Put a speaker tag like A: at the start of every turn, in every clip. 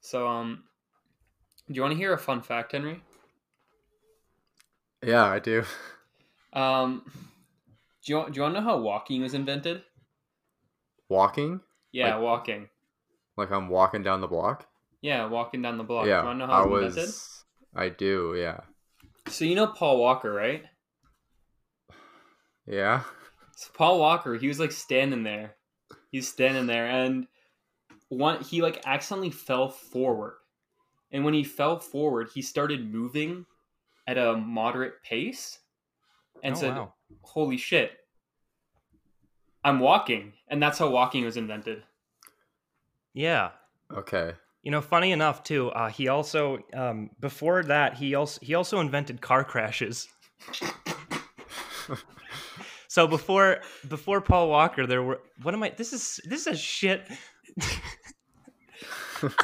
A: So, um, do you want to hear a fun fact, Henry?
B: Yeah, I do.
A: Um, do you want, do you want to know how walking was invented?
B: Walking?
A: Yeah,
B: Like-
A: walking.
B: Like I'm walking down the block?
A: Yeah, walking down the block.
B: yeah.
A: do you want to know
B: I
A: how it was
B: was
A: invented?
B: I do, yeah.
A: So you know Paul Walker, right?
B: Yeah.
A: So Paul Walker, he was like standing there. He's standing there and one he like accidentally fell forward. And when he fell forward, he started moving at a moderate pace and
B: oh,
A: said,
B: wow.
A: "Holy shit. I'm walking." And that's how walking was invented.
C: Yeah.
B: Okay.
C: You know, funny enough too, uh, he also um, before that he also he also invented car crashes. So before before Paul Walker, there were what am I? This is this is shit.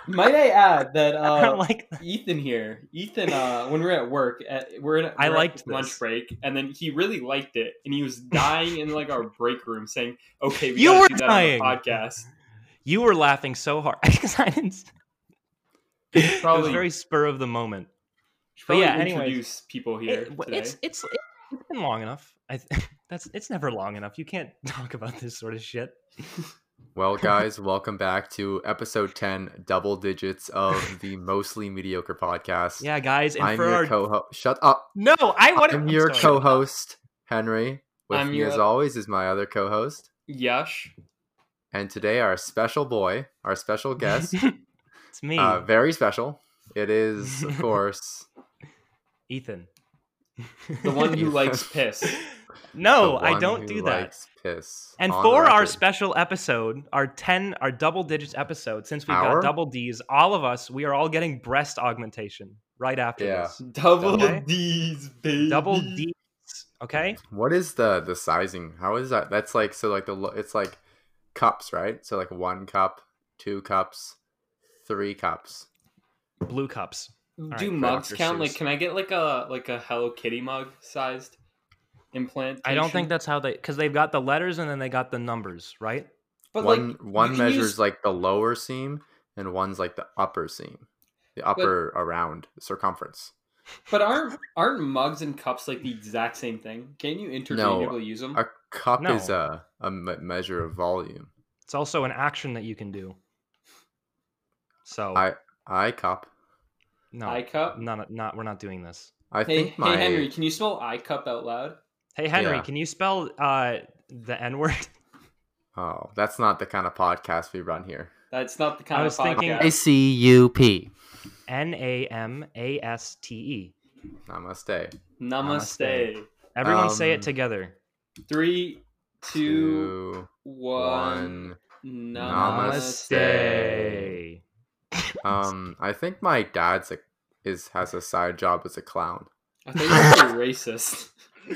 A: Might I add that uh,
C: I don't like.
A: Ethan here. Ethan, uh, when we were at work, at, we're in. We're
C: I
A: at
C: liked
A: lunch
C: this.
A: break, and then he really liked it, and he was dying in like our break room, saying, "Okay, we
C: You
A: gotta
C: were
A: do that
C: dying!
A: on the podcast."
C: You were laughing so hard because I didn't. it
A: Probably-
C: was very spur of the moment.
A: Should
C: But
A: probably
C: yeah, anyways.
A: introduce people here
C: It- w-
A: today.
C: it's it's it's been long enough. I th- that's it's never long enough. You can't talk about this sort of shit.
B: Well, guys, welcome back to episode 10, double digits of the Mostly Mediocre podcast.
C: Yeah, guys, and
B: I'm
C: for
B: your
C: our
B: co-host. Shut up.
C: no, I want
B: I'm your co-host, Henry. With
A: I'm
B: me,
A: your-
B: as always, is my other co-host,
A: Yash,
B: and today our special boy, our special guest,
C: It's me,
B: uh, very special. It is, of course,
C: Ethan.
A: the one who
B: Ethan.
A: likes piss.
C: no,
B: the
C: I
B: one
C: don't
B: who
C: do that.
B: likes Piss.
C: And
B: on
C: for our
B: record.
C: special episode, our 10, our double digits episode, since we've
B: Our?
C: got double D's, all of us, we are all getting breast augmentation right after
B: Yeah.
C: this.
A: Double
C: Okay.
A: D's, baby.
C: Double D's, okay?
B: what is the the sizing? How is that? That's like so like the lo- it's like cups, right? So like one cup, two cups, three cups.
C: Blue cups. right,
A: Do
C: for
A: mugs
B: Dr.
A: count? Like,
B: Seuss.
A: can I get like a like a Hello Kitty mug sized implant?
C: I don't think that's how they, because they've got the letters and then they got the numbers, right?
A: But
B: one
A: like, you
B: one
A: can
B: measures
A: use-
B: like the lower seam, and one's like the upper seam, the upper around circumference.
A: But aren't aren't mugs and cups like the exact same thing? Can you interchangeably use 'em? use them?
B: A cup is
C: No.
B: a a m- measure of volume.
C: It's also an action that you can do. So,
B: I cup.
C: no,
A: I cup.
C: not, not, we're not doing this.
B: I
A: Hey,
B: think my
A: hey Henry, can you spell I cup out loud?
C: Hey, Henry,
B: Yeah.
C: can you spell uh, the N word?
B: oh, that's not the kind of podcast we run here.
A: That's not the kind
C: I was
A: of
C: thinking-
A: podcast.
C: I
B: C U P.
C: N A M A S T E.
B: Namaste.
A: Namaste.
C: Everyone say
B: Um,
C: it together.
A: Three, two,
B: Two,
A: one.
B: Namaste.
A: Namaste.
C: Namaste.
B: Um, I think my dad's a, is has a side job as a clown.
A: I thought you were racist.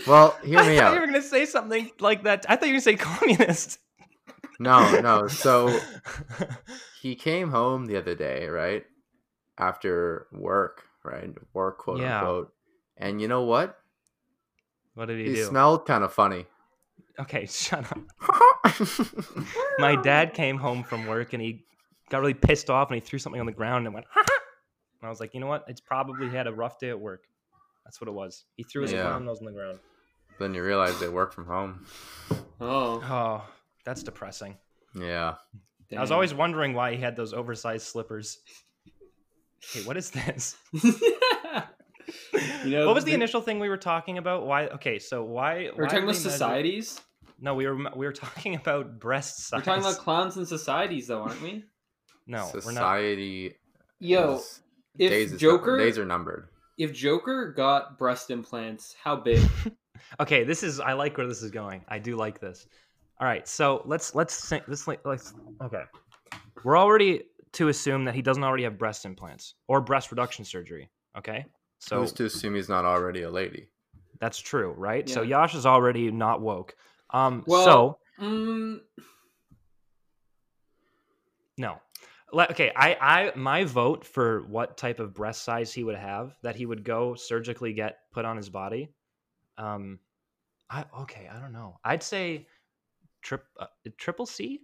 B: Well, hear
C: I
B: me
C: thought you
B: out.
C: were gonna say something like that. I thought you were gonna say communist.
B: No, no. So he came home the other day, right? After work, right? Work, quote
C: Yeah.
B: unquote. And you know what?
C: what did he,
B: He
C: do?
B: smelled kind of funny.
C: okay, shut up. My dad came home from work and he got really pissed off and he threw something on the ground and went. "Ha ha." and I was like, you know what? It's probably had a rough day at work. That's what it was. He threw his
B: Yeah.
C: clown nose on the ground.
B: then you realize they work from home.
A: Oh,
C: Oh, that's depressing.
B: Yeah.
C: I was
A: dang.
C: always wondering why he had those oversized slippers. Hey, what is this?
A: You know,
C: what was the,
A: the-
C: initial thing we were talking about? Why? Okay, so why?
A: we're talking
C: why do
A: about
C: they measure-
A: societies.
C: No, we were we were talking about breast size.
A: We're talking about clowns and societies, though, aren't we?
C: no, we're not.
B: Society.
A: Yo,
B: is-
A: if
B: days is numbered-
A: Joker,
B: days are numbered.
A: if Joker got breast implants, how big?
C: Okay, this is I like where this is going. I do like this. All right, so let's let's sing, let's li- let's okay. We're already to assume that he doesn't already have breast implants or breast reduction surgery. Okay, so
B: Who's to assume he's not already a lady?
C: that's true, right? So
A: Yeah.
C: Yash is already not woke. Um,
A: Well-
C: so
A: Mm,
C: No. Le- okay, I, I my vote for what type of breast size he would have that he would go surgically get put on his body. Um, I okay, I don't know. I'd say trip uh, triple C.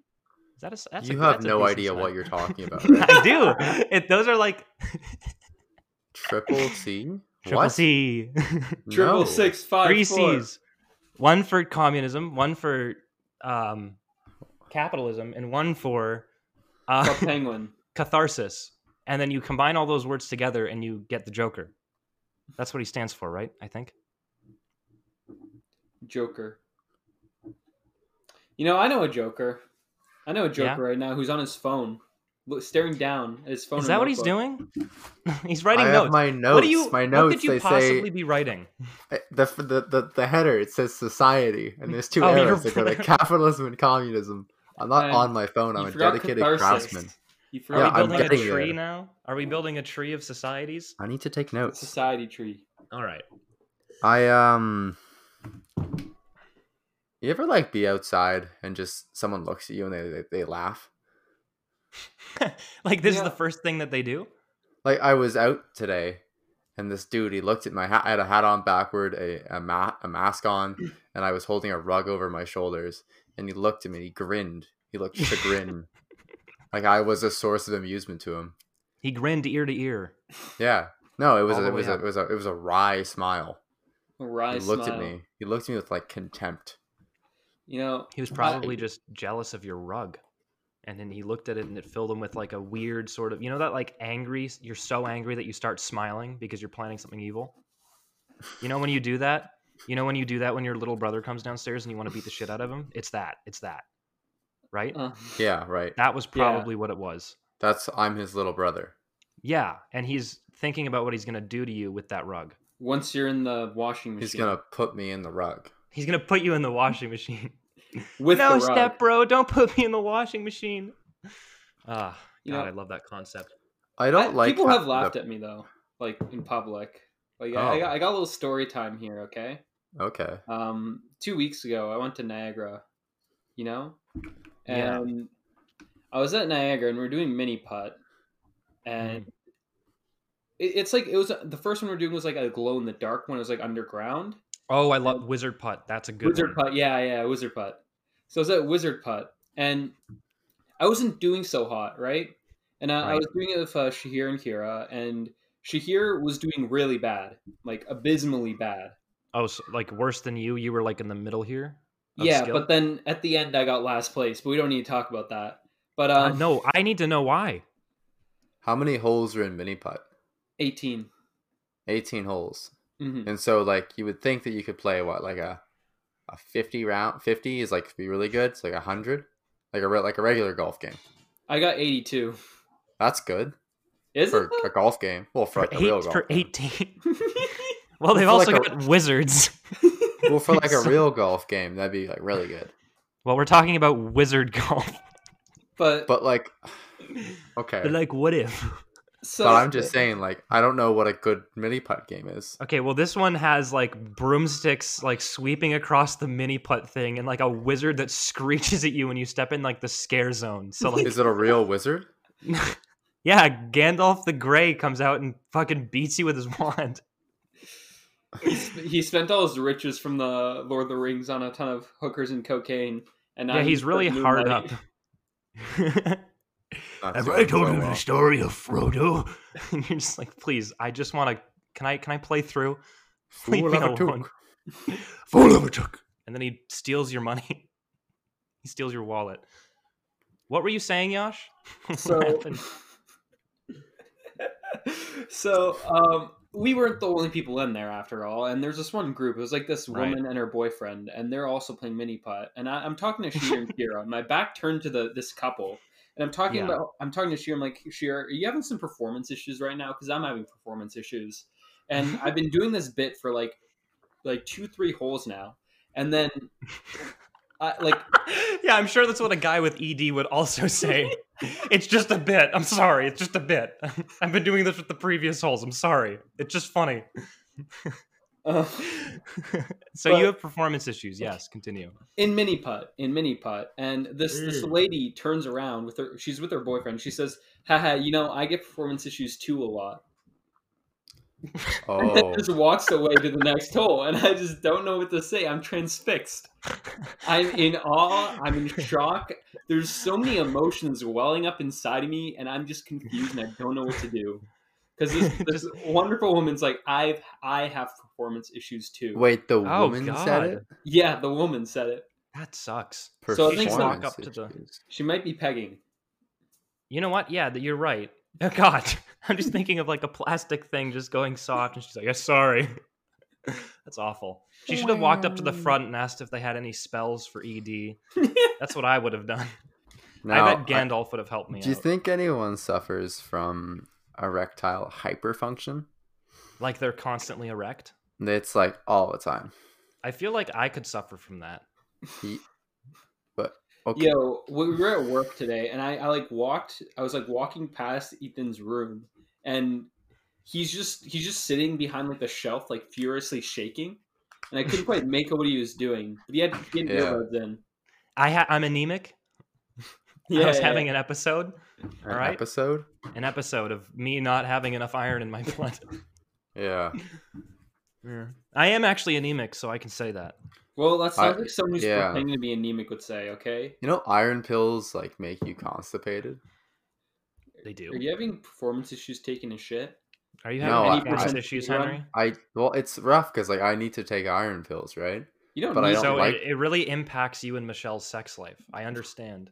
C: Is that a? s- That's a-
B: you have
C: that's a
B: no
C: decent
B: idea
C: size.
B: what you're talking about. Right?
C: I do. It, those are like
B: Triple C?
C: triple
B: what?
C: C,
A: Triple
B: No.
A: six five
C: three
A: four.
C: C's, one for communism, one for um, capitalism, and one for
A: The
C: uh,
A: penguin.
C: catharsis. And then you combine all those words together, and you get the Joker. That's what he stands for, right? I think.
A: Joker. You know, I know a Joker. I know a Joker
C: Yeah?
A: right now who's on his phone, lo- staring down at his phone.
C: Is
A: and
C: that what he's
A: notebook.
C: doing? he's writing
B: I
C: notes.
B: have my notes.
C: What do you?
B: my notes.
C: What could you
B: they
C: possibly
B: say
C: be writing?
B: I- the, f- the the the header. It says society, and there's two
C: Oh, you're
B: arrows that go to
C: right.
B: capitalism and communism. I'm not
A: Um,
B: on my phone.
A: you
B: I'm a
A: forgot
B: dedicated
A: catharsis.
B: craftsman.
A: You
C: Are
B: Yeah,
C: we
B: I'm
A: forgot
C: building a
B: getting
C: tree
B: there.
C: now? Are we building a tree of societies?
B: I need to take
A: the
B: notes.
A: society tree.
C: All right.
B: I um. You ever like be outside and just someone looks at you and they they, they laugh?
C: like this
A: Yeah.
C: is the first thing that they do.
B: Like I was out today, and this dude he looked at my hat. I had a hat on backward, a a, ma- a mask on, and I was holding a rug over my shoulders. And he looked at me. He grinned. He looked chagrined, like I was a source of amusement to him.
C: He grinned ear to ear.
B: Yeah. No, it was
C: All
B: a,
C: the
B: it was
C: way
B: a,
C: up.
B: it was a it was a wry smile.
A: A Oh, wry
B: he looked
A: smile.
B: at me. He looked at me with like contempt.
A: You know,
C: He was probably just jealous of your rug. And then he looked at it and it filled him with like a weird sort of, you know, that like angry, you're so angry that you start smiling because you're planning something evil. You know, when you do that, you know, when you do that, when your little brother comes downstairs and you want to beat the shit out of him, it's that. It's that. Right?
A: uh,
B: Yeah, right.
C: That was
A: Yeah.
C: probably what it was.
B: That's I'm his little brother.
C: Yeah. And he's thinking about what he's going to do to you with that rug.
A: once you're in the washing machine,
B: He's gonna put me in the rug.
C: He's going to put you in the washing machine.
A: with
C: no,
A: the rug.
C: step bro, don't put me in the washing machine. Ah,
A: You
C: God,
A: know-
C: I love that concept.
B: I don't
A: I-
B: like
A: people
B: ha-
A: have laughed
B: the-
A: at me though, like in public. Like I, I,
B: Oh.
A: got, I got a little story time here. Okay.
B: Okay.
A: Um, two weeks ago, I went to Niagara. You know,
C: Yeah.
A: and I was at Niagara, and we are doing mini putt, and
B: Mm.
A: it, it's like it was the first one we are doing was like a glow in the dark one. It was like underground.
C: Oh, I love Wizard Putt. That's a good
A: Wizard
C: one.
A: putt, yeah, yeah, wizard putt. So I was at wizard putt, and I wasn't doing so hot, right? And I, I
C: Right.
A: was doing it with uh, Shahir and Kira, and Shahir was doing really bad, like abysmally bad.
C: Oh, so, like worse than you. You were like in the middle here. of
A: yeah,
C: skill?
A: but then at the end I got last place, but we don't need to talk about that. But
C: Uh,
A: um,
C: no, I need to know why.
B: How many holes are in mini putt?
A: 18
B: Eighteen holes.
A: Mhm.
B: And so like you would think that you could play what like a a fifty round. Fifty is like be really good. It's like a hundred, like a re- like a regular golf game.
A: I got eighty-two.
B: That's good
A: Is
B: for
A: it?
B: a golf game. Well, for like a real
C: Eight,
B: golf.
C: for
B: game.
C: eighteen.
A: though?
C: Well, they've
B: For
C: also
B: like a-
C: got wizards.
B: Well, for like a real golf game, that'd be like really good.
C: Well, we're talking about wizard golf.
A: but,
B: But like, okay.
C: But like, what if?
A: so
B: But I'm just saying, like, I don't know what a good mini putt game is.
C: Okay, well, this one has like broomsticks like sweeping across the mini putt thing, and like a wizard that screeches at you when you step in like the scare zone. So like,
B: Is it a real wizard?
C: yeah, Gandalf the Grey comes out and fucking beats you with his wand.
A: he spent all his riches from the Lord of the Rings on a ton of hookers and cocaine, and now
C: yeah, he's
A: the
C: really hard
A: Moonlight.
C: up.
B: Not
C: Have
B: doing
C: I told
B: so
C: you
B: well.
C: the story of Frodo? And you're just like, please, I just want to. Can I? Can I play through? Leave
B: Fool
C: me
B: of a
C: alone.
B: took.
C: Fool of a took. And then he steals your money. he steals your wallet. What were you saying, Yash? What
A: So,
C: happened?
A: so um, we weren't the only people in there after all. And there's this one group. It was like this
C: Right.
A: woman and her boyfriend, and they're also playing mini putt. And I, I'm talking to Sheer and Kira. My back turned to the this couple, and I'm talking
C: Yeah.
A: about. I'm talking to Sheer. I'm like, Sheer, are you having some performance issues right now? Because I'm having performance issues, and I've been doing this bit for like, like two, three holes now, and then. I, like
C: yeah, I'm sure that's what a guy with ED would also say. it's just a bit. I'm sorry. It's just a bit. I've been doing this with the previous holes. I'm sorry. It's just funny.
A: uh,
C: so
A: But-
C: you have performance issues. Yes, continue.
A: in mini putt in mini putt and this this
C: Mm.
A: lady turns around with her she's with her boyfriend she says haha you know i get performance issues too a lot And then
B: Oh,
A: just walks away to the next hole, and I just don't know what to say. I'm transfixed. I'm in awe. I'm in shock. There's so many emotions welling up inside of me, and I'm just confused and I don't know what to do. Because this, this wonderful woman's like, I've I have performance issues too.
B: wait, the
C: Oh,
B: woman said
C: God.
B: it.
A: Yeah, the woman said it.
C: That sucks.
A: So I think so.
B: Performance
C: Walk up to the-
B: issues.
A: She might be pegging.
C: You know what? Yeah, that you're right. Oh, God, I'm just thinking of like a plastic thing just going soft, and she's like, "I'm sorry." That's awful. She should have walked up to the front and asked if they had any spells for ED. That's what I would have done.
B: Now,
C: I bet Gandalf would have helped me.
B: do you
C: out.
B: think anyone suffers from erectile hyperfunction?
C: like they're constantly erect?
B: It's like all the time.
C: I feel like I could suffer from that.
B: Okay.
A: Yo, we were at work today, and I, I like walked. I was like walking past Ethan's room, and he's just he's just sitting behind like the shelf, like furiously shaking, and I couldn't quite make out what he was doing. But he had, he had
B: Yeah.
A: earbuds in.
C: I ha- I'm anemic.
A: Yeah,
C: I was having an episode,
B: An
C: alright.
B: episode?
C: an episode of me not having enough iron in my blood.
B: Yeah.
C: I am actually anemic, so I can say that.
A: well, that sounds
B: I-
A: like someone who's
B: yeah.
A: pretending to be anemic would say. Okay,
B: You know, iron pills like make you constipated.
C: They do.
A: are you having performance issues taking a shit?
C: Are you
B: No,
C: having
B: I-
C: any performance
A: I-
C: issues,
A: Run.
C: Henry?
B: I well, it's rough because like I need to take iron pills, right?
A: You don't.
B: But I
A: need
B: don't
A: to-
C: So
B: like-
C: it, it really impacts you and Michelle's sex life. I understand.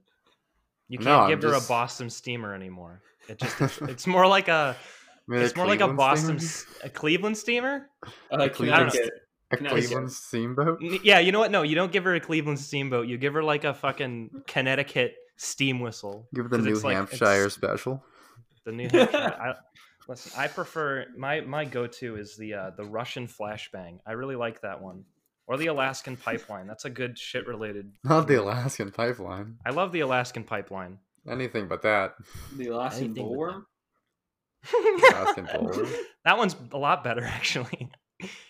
C: You
B: No,
C: can't
B: I'm
C: give her
B: just-
C: a Boston steamer anymore. It just it's more like a
B: Maybe
C: it's more like a
B: Cleveland
C: Boston
B: steamer?
C: s- a Cleveland steamer.
A: uh,
B: I
A: can I
C: don't know. Mm,
A: get-
B: a
A: Connecticut.
B: Cleveland steamboat.
C: N- Yeah, you know what? No, you don't give her a Cleveland steamboat. You give her like a fucking Connecticut steam whistle.
B: Give the
C: 'Cause
B: New
C: it's like- it's-
B: Hampshire special.
C: The New Hampshire. I, listen, I prefer my my go to is the uh, the Russian flashbang. I really like that one, or the Alaskan pipeline. That's a good shit related.
B: Not the Alaskan pipeline.
C: I love the Alaskan pipeline.
B: Anything but that.
A: the Alaskan
C: Anything with
A: bollworm?
B: Alaskan bollworm.
C: that one's a lot better actually.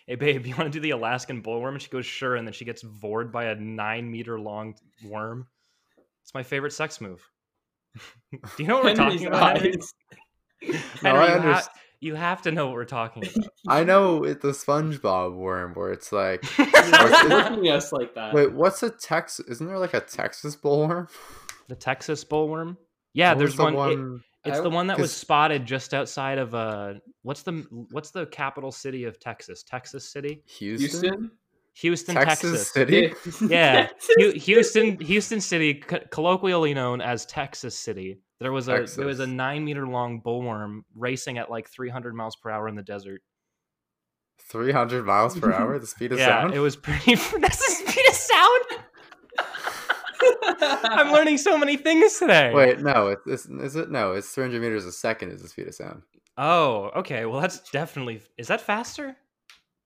C: Hey babe, you want to do the Alaskan bullworm? And she goes sure, and then she gets vored by a nine meter long worm. It's my favorite sex move. do you know what we're
A: Henry's
C: talking about? Henry?
A: eyes.
B: No,
C: Henry,
B: I
C: you, ha-
B: understand.
C: you have to know what we're talking about.
B: I know it's the SpongeBob worm where it's like,
A: You're
B: Or-
A: looking at us like that.
B: wait, what's a Texas? Isn't there like a Texas bullworm?
C: The Texas bullworm. Yeah,
B: What was
C: there's
B: the
C: one. it- it's
A: I-
C: the one that was
B: 'cause-
C: spotted just outside of uh, what's the what's the capital city of Texas? Texas City,
B: Houston,
A: Houston.
C: Houston,
B: Texas,
C: Texas.
B: City.
C: Yeah, Hu- Houston, Houston City, co- colloquially known as Texas City. There was a there was a
B: Texas.
C: nine meter long bullworm racing at like 300 miles per hour in the desert.
B: Three hundred miles per hour, the speed of
C: yeah,
B: sound.
C: it was pretty. That's the speed of sound. I'm learning so many things today.
B: Wait, no, it's, it's is it no? It's three hundred meters a second is the speed of sound.
C: Oh, okay. Well, that's definitely. Is that faster?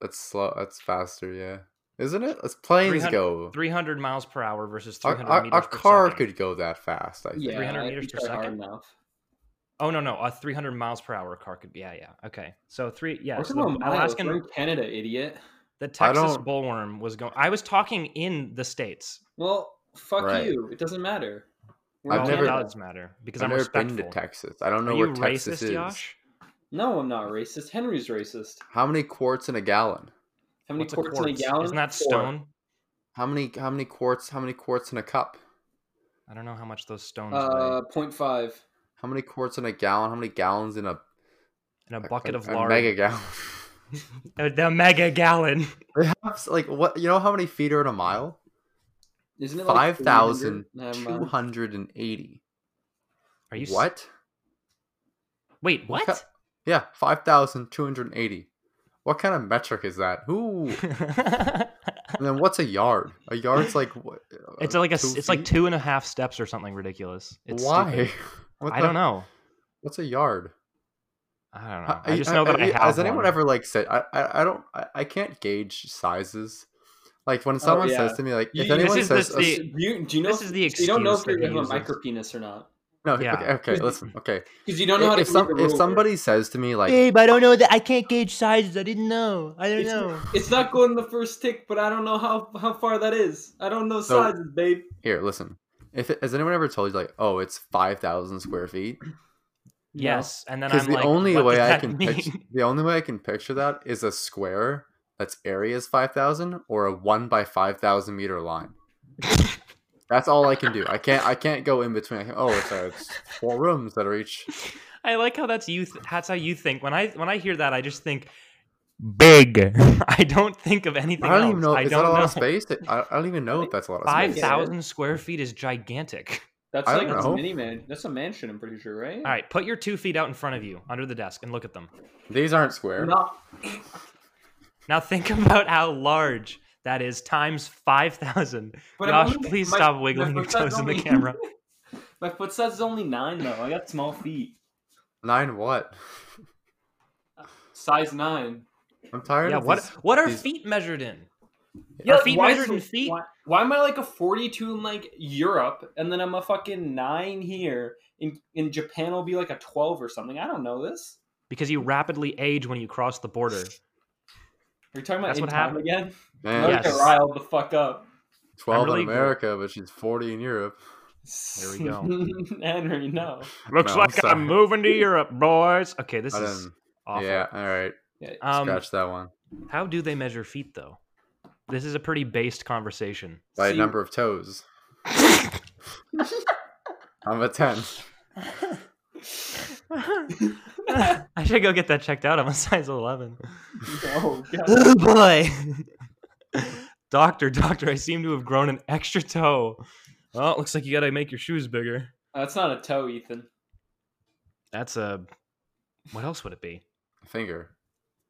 B: That's slow. That's faster. Yeah, isn't it? As planes
C: 300
B: go,
C: 300 miles per hour versus
B: a,
C: 300
B: a-
C: meters
B: a
C: per
B: car
C: second.
B: could go that fast. I think.
A: Yeah,
C: 300
A: if
C: meters
A: you
C: per
A: try hard
C: second.
A: enough.
C: Oh no no, a 300 miles per hour car could be. Yeah yeah. Okay, so three yeah.
A: What's
C: So
A: the
C: the
A: Alaskan
C: Alaskan,
A: Canada, idiot?
C: the Texas
B: don't-
C: bullworm was going. I was talking in the states.
A: Well, fuck
B: Right.
A: you. It doesn't matter. We're
B: I've
C: Well,
A: all
B: never-
C: it
A: adults.
C: does matter because
B: I've
C: am
B: never
C: respectful.
B: been to Texas. I don't know
C: Are
B: where
C: you
B: Texas
C: racist,
B: is.
C: Josh?
A: No, I'm not racist. Henry's racist.
B: How many quarts in a gallon?
A: How many
C: What's
A: quarts
C: a
A: in a
C: quartz?
A: gallon?
C: Isn't that
A: Four.
C: stone?
B: How many? How many quarts? How many quarts in a cup?
C: I don't know how much those stones
A: Uh,
C: weigh.
A: 0.5.
B: How many quarts in a gallon? How many gallons in a
C: In a bucket
B: a,
C: of
B: a
C: lard.
B: mega gallon?
C: The- the mega gallon.
B: They have, like what? You know how many feet are in a mile?
A: Isn't it like
B: Five
A: 300?
B: thousand
A: Never
B: two
A: mind.
B: hundred and eighty.
C: Are you s-
B: What?
C: Wait, what?
B: What Yeah, five thousand two hundred and eighty. What kind of metric is that? Ooh. and then what's a yard? A yard's like what?
C: it's
B: uh,
C: like a
B: two
C: s- it's like
B: feet?
C: two and a half steps or something ridiculous. It's
B: Why?
C: stupid.
B: What
C: I
B: the-
C: don't know.
B: What's a yard?
C: I don't know.
B: Ha-
C: I just know that I, have.
B: uh, Has anyone
C: one.
B: ever like said? I I, I don't. I, I can't gauge sizes. Like when someone
A: yeah.
B: says to me, like
A: You-
B: if
A: you-
B: anyone
C: Oh, this is-
B: says,
C: this
B: a-
C: is-
A: Do you, do you know?
C: This is the
A: so you don't know
C: excuse
A: if you're
C: that he
A: gonna have a
C: uses.
A: micro penis or not
B: no,
C: yeah.
B: okay, okay, listen, okay.
A: because you don't know how
B: if,
A: to read
B: if some
A: the
B: if
A: rules.
B: somebody says to me like
D: Babe, I don't know that I can't gauge sizes. I didn't know. I don't
A: It's-
D: know.
A: It's not going the first tick, but I don't know how how far that is. I don't know
B: So-
A: sizes, babe.
B: here listen if it, has anyone ever told you like oh it's 5000 square feet
C: Yes, and then
B: Because
C: I'm
B: the
C: like,
B: only
C: what
B: way
C: does
B: I
C: that
B: can
C: mean?
B: picture, the only way I can picture that is a square that's area is five thousand or a one by five thousand meter line. that's all I can do. I can't. I can't go in between. I can, oh, it's, uh, it's four rooms that are each.
C: I like how that's you. Th- that's how you think. When I when I hear that, I just think big. I don't think of anything.
B: I don't
C: else.
B: even know.
C: I
B: is
C: don't
B: that a lot
C: know.
B: of space? I, I don't even know if that's a lot of
C: Five
B: space.
C: thousand square feet is gigantic.
A: That's
B: I
A: like
B: don't
A: that's a
B: know.
A: mini man. That's a mansion. I'm pretty sure, right?
C: All right, put your two feet out in front of you under the desk and look at them.
B: These aren't square.
A: Not
C: Now think about how large that is times five thousand.
A: But I'm
C: Josh,
A: only-
C: please
A: my-
C: stop
A: my
C: wiggling your
A: foot size
C: toes in the
A: only-
C: camera.
A: My foot size is only nine though. I got small feet.
B: Nine what?
A: Size nine.
B: I'm tired.
C: Yeah,
B: of
C: what
B: these-
C: what are
B: these-
C: feet measured in?
A: Yeah,
C: feet
A: why
C: measured
A: is-
C: in feet?
A: Why, why am I like a 42 in like Europe, and then I'm a fucking nine here? In in Japan, I'll be like a 12 or something. I don't know this.
C: Because you rapidly age when you cross the border.
A: Are you talking about
C: That's
A: in
C: what
A: time
C: happened.
A: again?
B: Man,
A: Yeah.
C: Yes.
A: Get riled the fuck up.
B: twelve
C: really-
B: in America, but she's forty in Europe.
C: There we go.
A: Henry, no.
C: Looks
B: No, I'm
C: like
B: sorry.
C: I'm moving to Europe, boys. Okay, this
B: I
C: is
B: didn't-
C: awful.
B: yeah. All right.
A: Yeah,
C: Um,
B: Scratch that one.
C: how do they measure feet though? This is a pretty based conversation.
B: by
A: See-
B: number of toes. I'm a ten.
C: I should go get that checked out. I'm a size 11.
A: oh god.
D: Oh boy.
C: Doctor, doctor, I seem to have grown an extra toe. Well, it looks like you gotta make your shoes bigger.
A: That's not a toe, Ethan.
C: That's a. What else would it be?
B: Finger.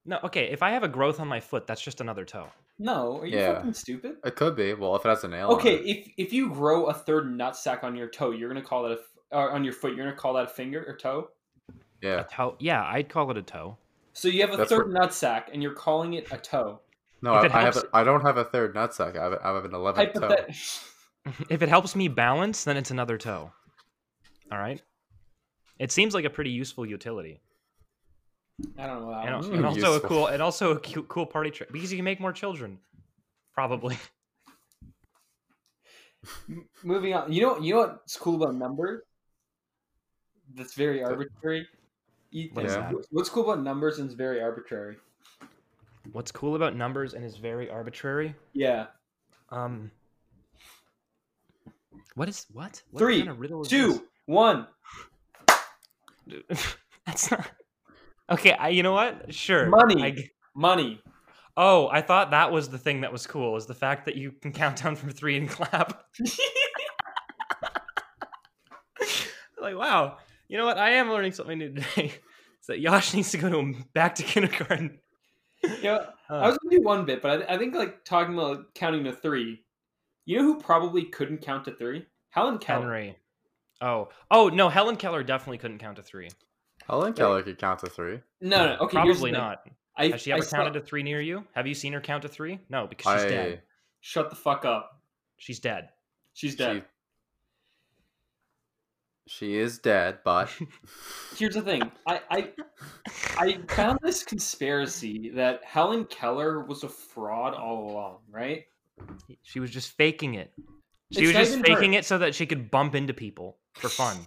C: No, okay. If I have a growth on my foot, that's just another toe.
A: No, are you
B: Yeah.
A: fucking stupid?
B: It could be. Well, if it has a nail. on
A: Okay,
B: it.
A: if if you grow a third nut sack on your toe, you're gonna call that a f- or on your foot. You're gonna call that a finger or toe.
B: Yeah.
C: A toe. Yeah, I'd call it a toe.
A: So you have a
B: That's
A: third nut sack, and you're calling it a toe.
B: No,
C: if
B: I,
C: it
B: I have. A,
C: helps-
B: I don't have a third nutsack. I have, I have an eleventh toe.
A: Hypothet-
C: If it helps me balance, then it's another toe. All right. It seems like a pretty useful utility,
A: I don't know.
C: and,
A: That
C: al-
A: one.
B: Mm,
C: and also a
B: useful.
C: cool, and also a cu- cool party trick because you can make more children, probably.
A: M- Moving on. You know. You know what's cool about numbers? That's very arbitrary. Ethan,
C: What is that?
A: What's cool about numbers and it's very arbitrary.
C: What's cool about numbers and is very arbitrary.
A: Yeah.
C: Um, what is what? what
A: Three,
C: of riddle is
A: Two, one.
C: this? That's not. Okay, I, you know what? Sure.
A: Money.
C: I g-
A: Money.
C: oh, I thought that was the thing that was cool is the fact that you can count down from three and clap. like, wow. You know what? I am learning something new today. It's that Yash needs to go to back to kindergarten.
A: Yeah. I was gonna do one bit, but I, th- I think like talking about counting to three. You know who probably couldn't count to three? Helen Keller.
C: Henry. Oh, oh no! Helen Keller definitely couldn't count to three.
B: Helen Keller could count to three.
A: No, no. Okay, here's the
C: Probably
A: thing.
C: not.
A: I,
C: Has she ever
A: I saw-
C: counted to three near you? Have you seen her count to three? No, because she's
B: I.
C: dead.
A: Shut the fuck up.
C: She's dead.
A: She's
B: She,
A: dead.
B: she is dead, but
A: Here's the thing. I, I I found this conspiracy that Helen Keller was a fraud all along, right?
C: She was just faking it. She
A: It's
C: was
A: not
C: just
A: even
C: faking
A: her.
C: it so that she could bump into people for fun.
A: But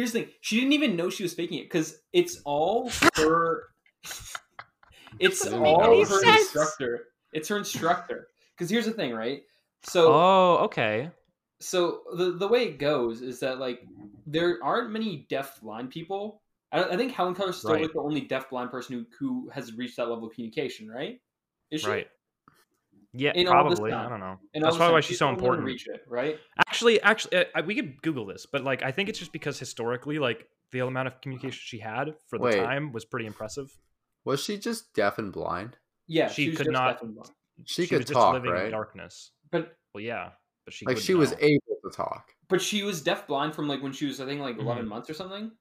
A: here's the thing. She didn't even know she was faking it because it's all her. it's
B: Doesn't make
A: all
B: any
A: her
B: sense.
A: instructor. It's her instructor. Because here's the thing, right? So
C: Oh, okay.
A: so the the way it goes is that like there aren't many deaf blind people. I, don't- I think Helen Keller's still
C: Right.
A: like the only deaf blind person who who has reached that level of communication, right? Is she?
C: Right. Yeah,
A: In all this
C: probably. I
A: time.
C: don't know.
A: And all
C: That's
A: of a
C: probably why
A: sudden,
C: she's so
A: able to
C: important.
A: Reach it, right?
C: Actually, actually, uh, I- we could Google this, but like, I think it's just because historically, like, the amount of communication she had for the
B: Wait.
C: time was pretty impressive.
B: was she just deaf and blind?
A: Yeah,
C: She
A: was
C: could
A: just
C: not-
A: deaf and blind.
B: She,
C: was
B: could
C: just
B: talk,
C: living in
B: right?
C: darkness.
A: But
C: Well, yeah, but she
B: like
C: couldn't
B: she was
C: know.
B: able to talk,
A: but she was deaf blind from like when she was I think like
C: Mhm.
A: 11 months or something.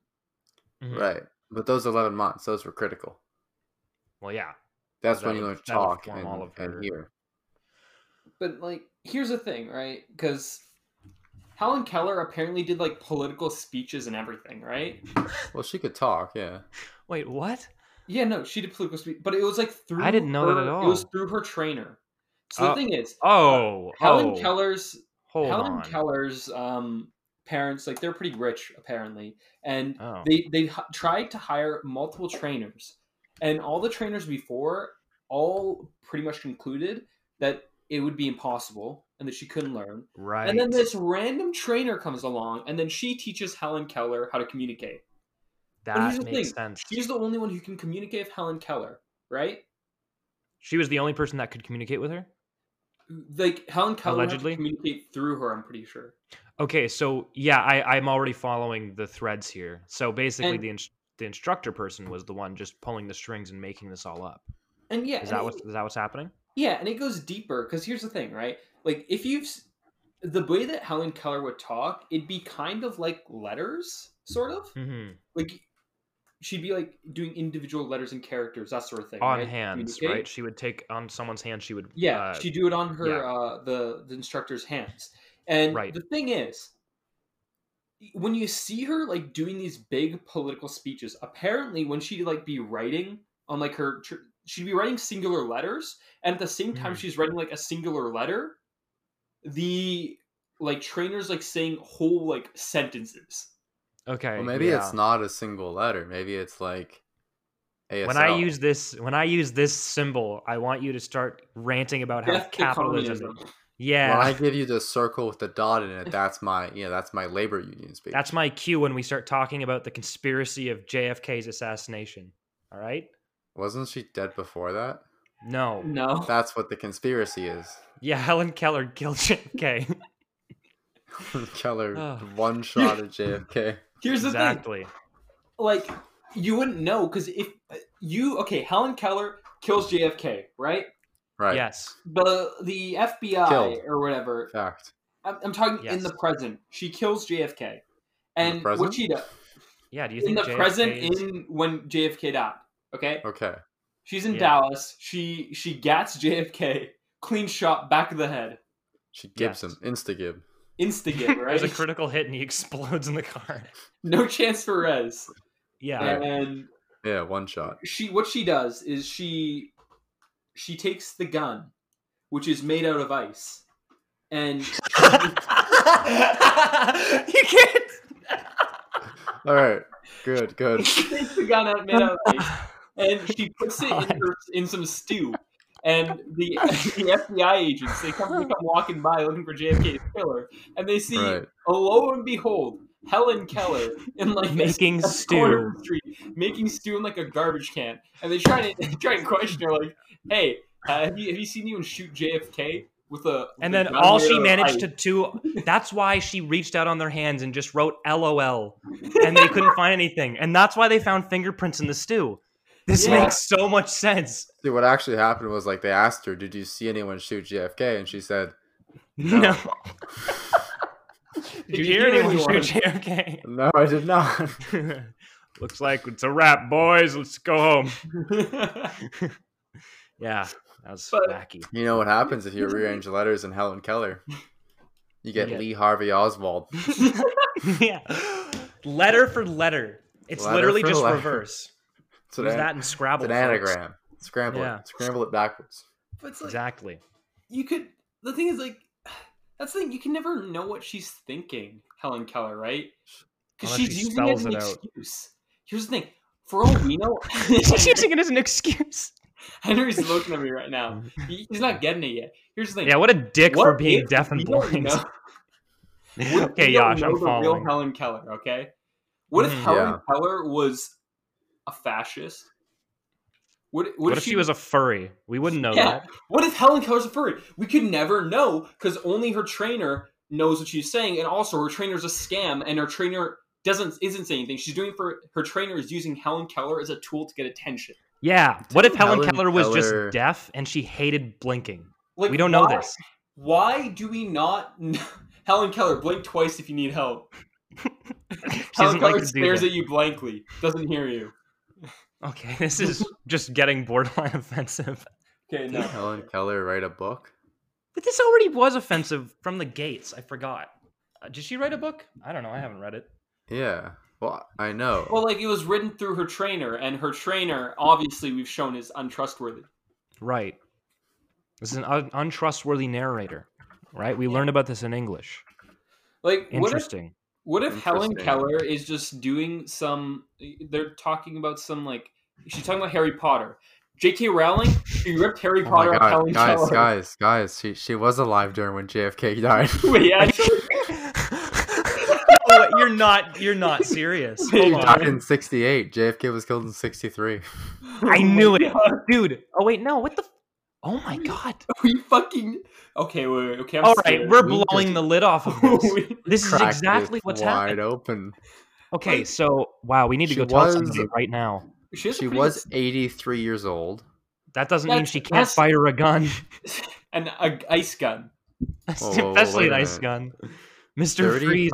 C: Mhm.
B: right? But those eleven months, those were critical.
C: Well, yeah.
B: That's
C: That
B: when you
C: would-
B: learn to
C: that would
B: talk
C: form
B: and,
C: all of her-
B: and hear.
A: But like here's the thing, right? Cuz Helen Keller apparently did like political speeches and everything, right?
B: Well, she could talk, yeah.
C: Wait, what?
A: Yeah, no, she did political speech, but it was like through.
C: didn't know that
A: her-
C: at
A: It was
C: all.
A: through her trainer. So
C: Oh,
A: the thing is,
C: Oh,
A: Helen
C: oh,
A: Keller's
C: Hold
A: Helen
C: on.
A: Keller's um parents like they're pretty rich apparently, and
C: Oh.
A: they they h- tried to hire multiple trainers, and all the trainers before all pretty much concluded that it would be impossible and that she couldn't learn.
C: Right.
A: And then this random trainer comes along, and then she teaches Helen Keller how to communicate. and here's
C: that
A: the
C: makes
A: thing,
C: sense.
A: She's the only one who can communicate with Helen Keller, right?
C: She was the only person that could communicate with her.
A: Like Helen Keller had to
C: Allegedly.
A: communicate through her. I'm pretty sure.
C: Okay, so yeah, I, I'm already following the threads here. So basically,
A: And-
C: the inst- the instructor person was the one just pulling the strings and making this all up.
A: And yeah,
C: Is
A: and
C: that
A: it-
C: what is that what's happening?
A: Yeah, and it goes deeper because here's the thing, right? Like if you've s- the way that Helen Keller would talk, it'd be kind of like letters, sort of.
C: hmm
A: Like she'd be like doing individual letters and characters, that sort of thing.
C: On
A: right?
C: hands,
A: Communicate.
C: right? She would take on someone's hand. She would.
A: Yeah,
C: uh,
A: she'd do it on her
C: yeah.
A: uh, the the instructor's hands. And
C: Right.
A: the thing is, when you see her like doing these big political speeches, apparently when she'd like be writing on like her, tr- she'd be writing singular letters, and at the same time
C: Mhm.
A: she's writing like a singular letter. The like trainers like saying whole like sentences.
C: okay.
B: Well, maybe
C: yeah.
B: it's not a single letter. Maybe it's like ASL.
C: When I use this, when I use this symbol, I want you to start ranting about how
A: Death to
C: capitalism.
A: communism.
C: Yeah,
B: when I give you the circle with the dot in it, that's my yeah, that's my labor union speech.
C: that's my cue when we start talking about the conspiracy of JFK's assassination. All right.
B: Wasn't she dead before that?
C: No.
A: No,
B: That's what the conspiracy is.
C: Yeah, Helen Keller killed JFK.
B: Keller
C: Oh.
B: one shot at JFK.
A: here's the thing.
C: exactly.
A: like you wouldn't know because if you okay helen keller kills jfk right
B: Right.
C: Yes.
A: the the fbi
B: Killed.
A: or whatever
B: Fact.
A: i'm, I'm talking in
C: Yes.
A: the present she kills jfk and what
B: present?
A: she does
C: Yeah. Do you
A: in
C: think
A: the
C: JFK
A: present
C: is-
A: in when jfk died okay
B: Okay.
A: she's in
C: Yeah.
A: dallas she she gats jfk clean shot back of the head
B: She gives
C: Yes.
B: him insta gib.
A: instigate right
C: There's a critical hit and he explodes in the car.
A: no chance for res
C: Yeah.
B: Right.
A: and
B: Yeah, one shot.
A: she what she does is she she takes the gun which is made out of ice and
C: you can't.
B: All right. Good. Good.
A: she takes the gun out made out of ice and she puts it in,
C: God.
A: her, in some stew and the, the fbi agents they come, they come walking by looking for jfk's killer and they see
B: Right.
A: oh, lo and behold helen keller in like a
C: Making
A: a corner
C: stew.
A: of the street, making stew in like a garbage can, and they try to they try and question her like, "Hey, uh, have you have you seen anyone shoot JFK with a?" with
C: And
A: a
C: then
A: gun
C: all
A: made out
C: she
A: of
C: managed
A: ice?"
C: to do. That's why she reached out on their hands and just wrote LOL. And they couldn't find anything. And that's why they found fingerprints in the stew. This
A: Yeah.
C: makes so much sense.
B: See, what actually happened was like they asked her, "Did you see anyone shoot JFK?" And she said,
C: No. Did you hear anyone
A: anyone?
C: shoot JFK?
B: "No, I did not."
C: Looks like it's a wrap, boys. Let's go home. Yeah, that was
A: But-
C: wacky.
B: You know what happens if you rearrange the letters in Helen Keller? You get
C: Yeah.
B: Lee Harvey Oswald.
C: yeah, letter for letter. It's
B: Letter
C: literally
B: for
C: just
B: letter.
C: reverse.
B: It's an,
C: Use
B: an-
C: that in Scrabble.
B: it's an
C: folks.
B: anagram. Scramble
C: Yeah.
B: it. Scramble it backwards.
A: but it's like,
C: Exactly.
A: you could. The thing is, like, that's the thing. You can never know what she's thinking, Helen Keller, right? Because
C: Unless
A: she's
C: she
A: using it as
C: spells
A: an
C: it out.
A: excuse. Here's the thing. For all we know,
C: She's using it as an excuse.
A: Henry's looking at me right now. He- He's not getting it yet. Here's the thing.
C: Yeah, what a dick for
A: What
C: being
A: if
C: deaf and
A: we don't
C: blind.
A: know- What if
C: okay,
A: we don't
C: Yash,
A: know
C: I'm
A: the Real
C: following.
A: Helen Keller, okay? What if
C: Mhm.
A: Helen Keller was a fascist? What, what,
C: What if she was a furry? We wouldn't know
A: Yeah.
C: that.
A: What if Helen Keller's a furry? We could never know because only her trainer knows what she's saying, and also her trainer's a scam, and her trainer doesn't isn't saying anything. She's doing it for her trainer is using Helen Keller as a tool to get attention.
C: Yeah. What if Helen,
B: Helen
C: Keller was
B: Keller-
C: just deaf and she hated blinking?
A: Like
C: we don't know
A: why-
C: this.
A: Why do we not? kn- Helen Keller, blink twice if you need help.
C: She
A: Helen
C: doesn't
A: Keller
C: like to do
A: stares
C: that.
A: at you blankly, doesn't hear you.
C: Okay, this is just getting borderline offensive.
A: Okay,
B: Did
A: no.
B: Helen Keller write a book?
C: But this already was offensive from the gates. I forgot. Uh, did she write a book? I don't know. I haven't read it.
B: Yeah. Well, I know.
A: Well, like it was written through her trainer, and her trainer, obviously, we've shown is untrustworthy.
C: Right. This is an un- untrustworthy narrator, right? We learned about this in English.
A: Like, what if
C: Interesting.
A: What if Helen
B: Interesting.
A: Keller is just doing some? They're talking about some like she's talking about Harry Potter. J.K. Rowling, she ripped Harry
B: Oh my
A: Potter off
B: god,
A: Helen
B: guys,
A: Keller.
B: guys, guys! She she was alive during when JFK died.
A: Wait, actually,
C: No, you're not. You're not serious.
A: He
C: Hold
B: He
C: on.
B: died in '68. JFK was killed in '63.
C: Oh
A: I
C: knew it. dude. Oh wait, no. What the? f- Oh my god.
A: We fucking okay. Wait, wait, okay. I'm
C: All right,
A: scared.
C: we're
B: We
C: blowing
B: just-
C: the lid off of this.
A: We-
C: This is
B: Cracked
C: exactly
B: it
C: what's
B: wide
C: happening.
B: open.
C: Okay, so wow, we need to
B: She
C: go tell
B: was-
C: somebody right now.
A: she, has a
B: She
A: pretty
B: was 83 years old.
C: That doesn't mean
A: That's-
C: she can't
A: that's-
C: fire a gun,
A: good- an a, ice gun.
B: Whoa, whoa, whoa,
C: especially
B: wait
C: an
B: a
C: ice gun. Mister
B: 30
C: Freeze.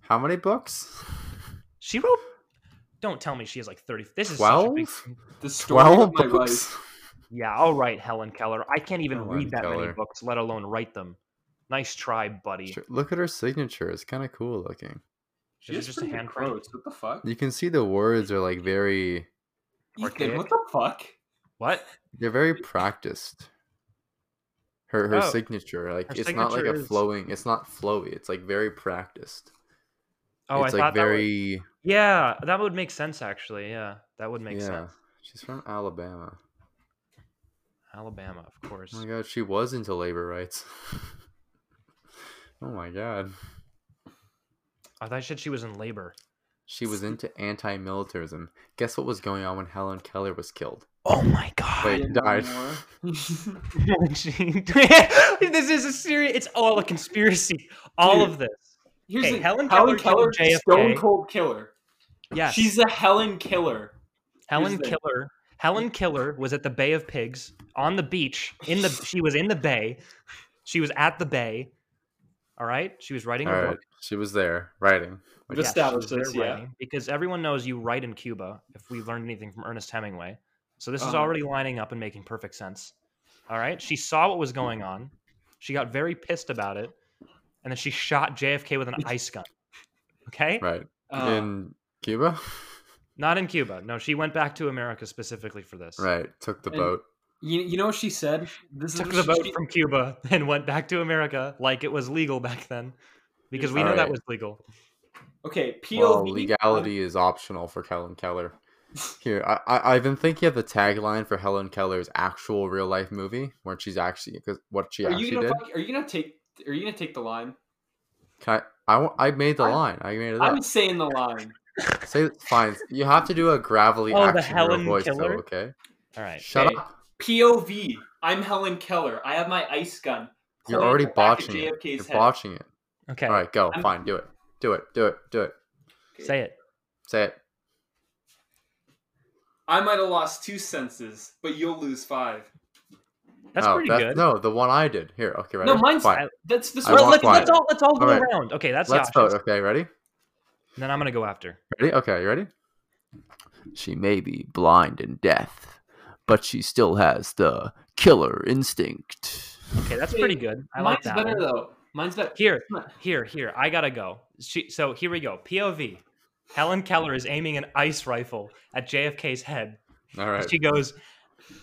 B: How many books?
C: She wrote. Don't tell me she has like thirty. This is such a big,
B: Twelve?
A: The story
B: Twelve
A: of my life.
B: books.
C: Yeah, all right, Helen Keller. I can't even
B: Helen
C: read that many
B: Keller.
C: books, let alone write them. Nice try, buddy.
B: Sure, Look at her signature. It's kind of cool looking.
A: She
C: Is it
A: has
C: just a
A: pretty good
C: handprint?
A: quotes. What the fuck?
B: You can see the words are like very.
A: Ethan,
C: Archaic.
A: what the fuck?
C: What?
B: They're very practiced. Her her
C: Oh.
B: signature, like
C: Her
B: it's not like
C: signature
B: a
C: is-
B: flowing. It's not flowy. It's like very practiced.
C: Oh,
B: it's
C: I
B: like
C: thought that. Would,
B: very.
C: yeah, that would make sense actually. Yeah, that would make
B: yeah,
C: sense.
B: she's from Alabama.
C: Alabama, of course.
B: Oh my god, she was into labor rights. oh my god.
C: I thought she said she was in labor.
B: She was into anti militarism. Guess what was going on when Helen Keller was killed?
C: Oh my god.
B: Wait, died.
C: this is a serious. It's all a conspiracy. All
A: Dude.
C: of this.
A: Here's
C: Okay,
A: the-
C: Helen Keller
A: Helen
C: killed
A: Keller's a
C: JFK.
A: Stone Cold Killer.
C: Yes.
A: She's a Helen Killer.
C: Helen
A: the-
C: Keller. Helen Keller was at the Bay of Pigs on the beach. In the she was in the bay. She was at the bay. All right. She was writing a
B: All right,
C: book.
B: she was there writing. Like,
A: Just
C: she was
A: established this,
C: there
A: yeah.
C: writing, Because everyone knows you write in Cuba. If we learned anything from Ernest Hemingway, so this is
B: Uh-huh.
A: Oh.
C: already lining up and making perfect sense. All right. She saw what was going on. She got very pissed about it, and then she shot JFK with an ice gun. Okay.
B: Right.
A: Uh,
B: In Cuba?
C: Not in Cuba. No, she went back to America specifically for this.
B: right. Took the
A: And-
B: boat.
A: you, you know what she said? This
C: took
A: what
C: the
A: she-
C: boat
A: she-
C: from Cuba and went back to America like it was legal back then. Because we know that
B: Alright.
C: was legal.
A: Okay, POV.
B: Well, legality is optional for Helen Keller. Here, I, I, I've been thinking of the tagline for Helen Keller's actual real life movie, where she's actually, because what she
A: Are
B: actually
A: you gonna
B: did.
A: fuck- are you gonna take are you gonna take the line?
B: Can I, I, wa- I made the
A: I'm-
B: line. I made it up.
A: I'm saying the line.
B: Say fine. You have to do a gravelly
C: Oh, the
B: action hero
C: Helen
B: voice, though,
C: Keller?
B: okay?
C: All right.
B: Shut
A: Okay.
B: up.
A: POV. I'm Helen Keller. I have my ice gun.
B: You're
A: pointing
B: already
A: back at
B: botching it.
A: JFK's
B: You're
A: head.
B: botching it.
C: Okay.
B: All right, go.
A: I'm-
B: Fine, do it. Do it. Do it. Do it.
C: Say it.
B: Say it.
A: I might have lost two senses, but you'll lose five.
C: That's
B: Oh,
C: pretty good.
B: No, the one I did. Here, okay, ready?
A: No, mine's
B: fine.
A: that's this
B: I
A: one.
C: well,
B: walk
C: let's,
B: by
C: let's
B: it.
C: all let's all go
B: Alright.
C: around. Okay, that's
B: Let's
C: the
B: vote.
C: options.
B: Okay, ready?
C: And then I'm gonna go after.
B: Ready? Okay, you ready? She may be blind and deaf, but she still has the killer instinct.
C: Okay, that's
A: Wait,
C: pretty good. I
A: mine's
C: like that.
A: better
C: one.
A: though. Mine's better.
C: Here, here, here. I gotta go. She, so here we go. POV. Helen Keller is aiming an ice rifle at JFK's head.
B: All right.
C: She goes,